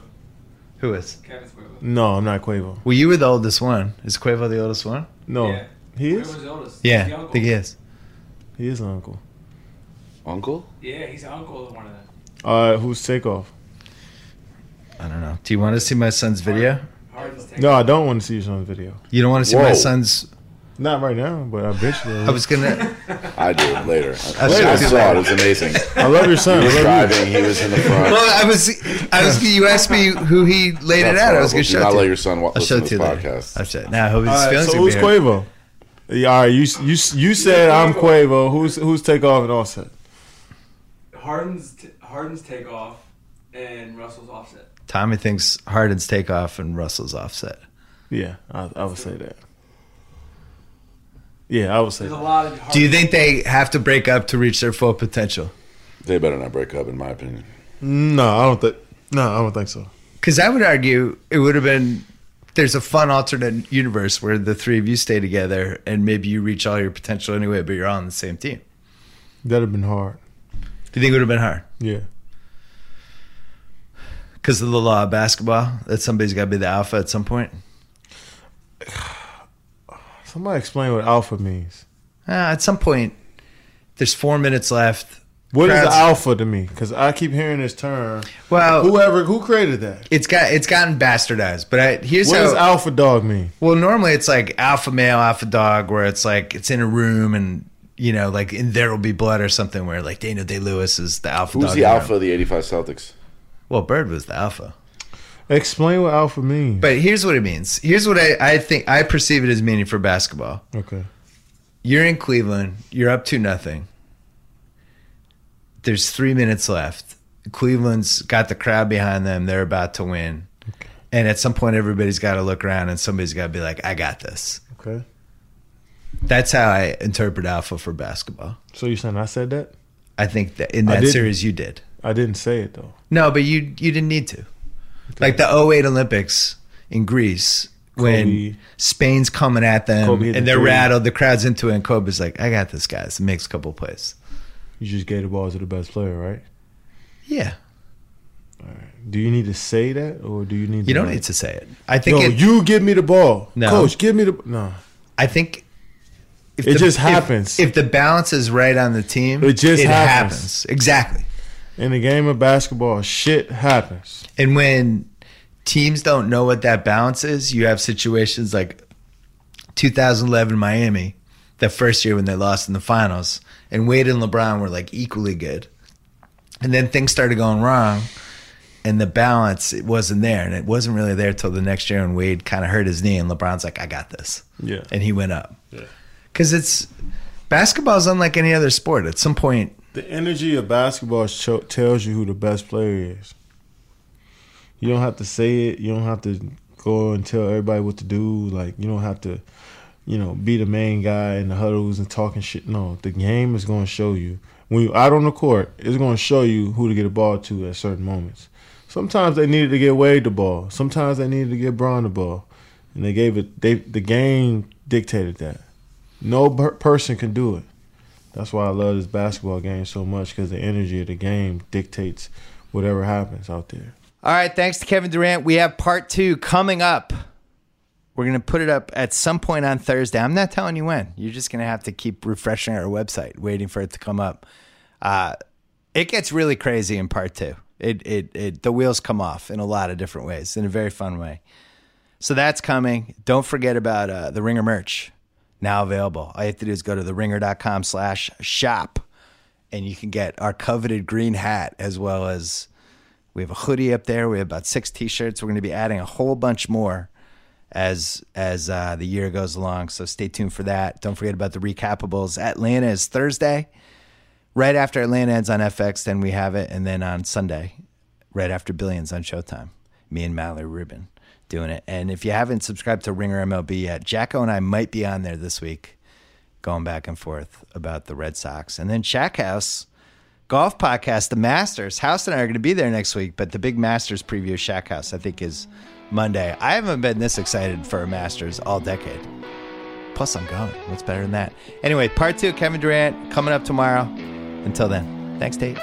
Speaker 1: Who is?
Speaker 4: Kevin's Quavo.
Speaker 2: No, I'm not Quavo.
Speaker 1: Well, you were the oldest one. Is Quavo the oldest one?
Speaker 2: No,
Speaker 4: Yeah.
Speaker 2: he is.
Speaker 4: Quavo's oldest. He's the
Speaker 1: Yeah, I
Speaker 4: uncle.
Speaker 1: think he is.
Speaker 2: He is an uncle.
Speaker 3: Uncle?
Speaker 4: Yeah, he's the uncle of one of them.
Speaker 2: All right. Who's Takeoff?
Speaker 1: I don't know. Do you want to see my son's video?
Speaker 4: Harden's
Speaker 3: <laughs>
Speaker 4: taking
Speaker 2: No, I don't want to see you on the video.
Speaker 1: You don't want to see my
Speaker 3: Whoa.
Speaker 1: son's.
Speaker 2: Not right now, but I bet you.
Speaker 1: I was
Speaker 2: <laughs>
Speaker 1: gonna.
Speaker 3: I do later. I,
Speaker 1: Later.
Speaker 3: I saw it. It was amazing.
Speaker 1: <laughs>
Speaker 2: I love your son.
Speaker 3: He was
Speaker 2: I love you.
Speaker 3: driving. He was in the front.
Speaker 1: well, I was. I was. You asked me who he laid it
Speaker 3: That's
Speaker 1: at. I was
Speaker 3: horrible.
Speaker 1: gonna
Speaker 3: Do
Speaker 1: show
Speaker 3: not
Speaker 1: it to
Speaker 3: let
Speaker 1: you.
Speaker 3: your son wa-
Speaker 1: I'll show
Speaker 3: listen
Speaker 1: it to
Speaker 3: to this
Speaker 1: you later.
Speaker 3: podcast.
Speaker 1: I'll show it. Now, I hope his
Speaker 2: All right,
Speaker 1: feelings
Speaker 2: so
Speaker 1: will be
Speaker 2: who's
Speaker 1: hurt.
Speaker 2: Quavo? Yeah, all right, you you you said I'm Quavo. Who's who's Takeoff and Offset?
Speaker 4: Harden's t- Harden's takeoff and Russell's offset.
Speaker 1: Tommy thinks Harden's takeoff and Russell's offset.
Speaker 2: Yeah, I, I would say that. Yeah, I would say
Speaker 4: There's a
Speaker 2: that.
Speaker 4: lot of. Harden-
Speaker 1: Do you think they have to break up to reach their full potential?
Speaker 3: They better not break up, in my opinion.
Speaker 2: No, I don't think. No, I don't think so.
Speaker 1: Because I would argue it would have been there's a fun alternate universe where the three of you stay together and maybe you reach all your potential anyway, but you're all on the same team.
Speaker 2: That'd have been hard.
Speaker 1: Do you think it would have been hard
Speaker 2: Yeah.
Speaker 1: because of the law of basketball that somebody's got to be the alpha at some point?
Speaker 2: Somebody explain what alpha means.
Speaker 1: Uh, at some point, there's four minutes left.
Speaker 2: What is
Speaker 1: Crowds-
Speaker 2: alpha to me? Because I keep hearing this term.
Speaker 1: Well,
Speaker 2: Whoever who created that.
Speaker 1: it's got it's gotten bastardized. But I, here's
Speaker 2: What
Speaker 1: how.
Speaker 2: does alpha dog mean?
Speaker 1: Well, normally it's like alpha male, alpha dog, where it's like it's in a room and you know, like in there will be blood or something. Where like Daniel Day Lewis is the alpha.
Speaker 3: Who's
Speaker 1: dog
Speaker 3: the
Speaker 1: in room.
Speaker 3: alpha of the 85 Celtics?
Speaker 1: Well, Bird was the alpha.
Speaker 2: Explain what alpha means.
Speaker 1: But here's what it means. Here's what I, I think I perceive it as meaning for basketball.
Speaker 2: okay.
Speaker 1: You're in Cleveland, you're up to nothing. There's three minutes left. Cleveland's got the crowd behind them, they're about to win. And at some point everybody's gotta look around and somebody's gotta be like, I got this.
Speaker 2: Okay.
Speaker 1: That's how I interpret alpha for basketball.
Speaker 2: So you saying I said that?
Speaker 1: I think that in
Speaker 2: I
Speaker 1: that
Speaker 2: didn't.
Speaker 1: series you did.
Speaker 2: I didn't say it though.
Speaker 1: No, but you you didn't need to. Like the 08 Olympics in Greece when
Speaker 2: Kobe.
Speaker 1: Spain's coming at them
Speaker 2: Kobe hit
Speaker 1: and
Speaker 2: the
Speaker 1: they're
Speaker 2: three.
Speaker 1: rattled, the crowd's into it, and Kobe's like, I got this guys. Makes a couple plays.
Speaker 2: You just gave the ball to the best player, right?
Speaker 1: Yeah.
Speaker 2: Do you need to say that, or do you need?
Speaker 1: You
Speaker 2: to
Speaker 1: don't
Speaker 2: like-
Speaker 1: need to say it. I think
Speaker 2: Yo,
Speaker 1: it,
Speaker 2: you give me the ball,
Speaker 1: No.
Speaker 2: coach. Give me the no.
Speaker 1: I think if
Speaker 2: It just
Speaker 1: if-
Speaker 2: happens.
Speaker 1: If, the balance is right on the team,
Speaker 2: It just happens.
Speaker 1: Exactly.
Speaker 2: In the game of basketball, shit happens.
Speaker 1: And when teams don't know what that balance is, you have situations like 2011 Miami, that first year when they lost in the finals, and Wade and LeBron were like equally good. And then things started going wrong, and the balance it wasn't there, and it wasn't really there till the next year when Wade kind of hurt his knee, and LeBron's like, "I got this,"
Speaker 2: Yeah.
Speaker 1: and he went up. Because it's basketball is unlike any other sport. At some point,
Speaker 2: The energy of basketball cho- tells you who the best player is. You don't have to say it. You don't have to go and tell everybody what to do. Like you don't have to, you know, be the main guy in the huddles and talking shit. No, the game is going to show you when you out on the court. It's going to show you who to get the ball to at certain moments. Sometimes they needed to get Wade the ball. Sometimes they needed to get Braun the ball, and they gave it. They the game dictated that. No per- person can do it. That's why I love this basketball game so much because the energy of the game dictates whatever happens out there.
Speaker 1: All right, thanks to Kevin Durant. We have part two coming up. We're going to put it up at some point on Thursday. I'm not telling you when. You're just going to have to keep refreshing our website, waiting for it to come up. Uh, it gets really crazy in part two. It, it, it, the wheels come off in a lot of different ways, in a very fun way. So that's coming. Don't forget about uh, the Ringer merch, now available. All you have to do is go to theringer.com slash shop, and you can get our coveted green hat as well as we have a hoodie up there. We have about six t-shirts. We're going to be adding a whole bunch more as as uh, the year goes along. So stay tuned for that. Don't forget about the recapables. Atlanta is Thursday, right after Atlanta ends on FX. Then we have it, and then on Sunday, right after Billions on Showtime. Me and Mallory Rubin doing it. And if you haven't subscribed to Ringer MLB yet, Jacko and I might be on there this week, going back and forth about the Red Sox, and then Shack House golf podcast, the Masters. House and I are going to be there next week, but the big Masters preview of Shack House, I think, is Monday. I haven't been this excited for a Masters all decade. Plus, I'm going. What's better than that? Anyway, part two of Kevin Durant coming up tomorrow. Until then, thanks, Tate.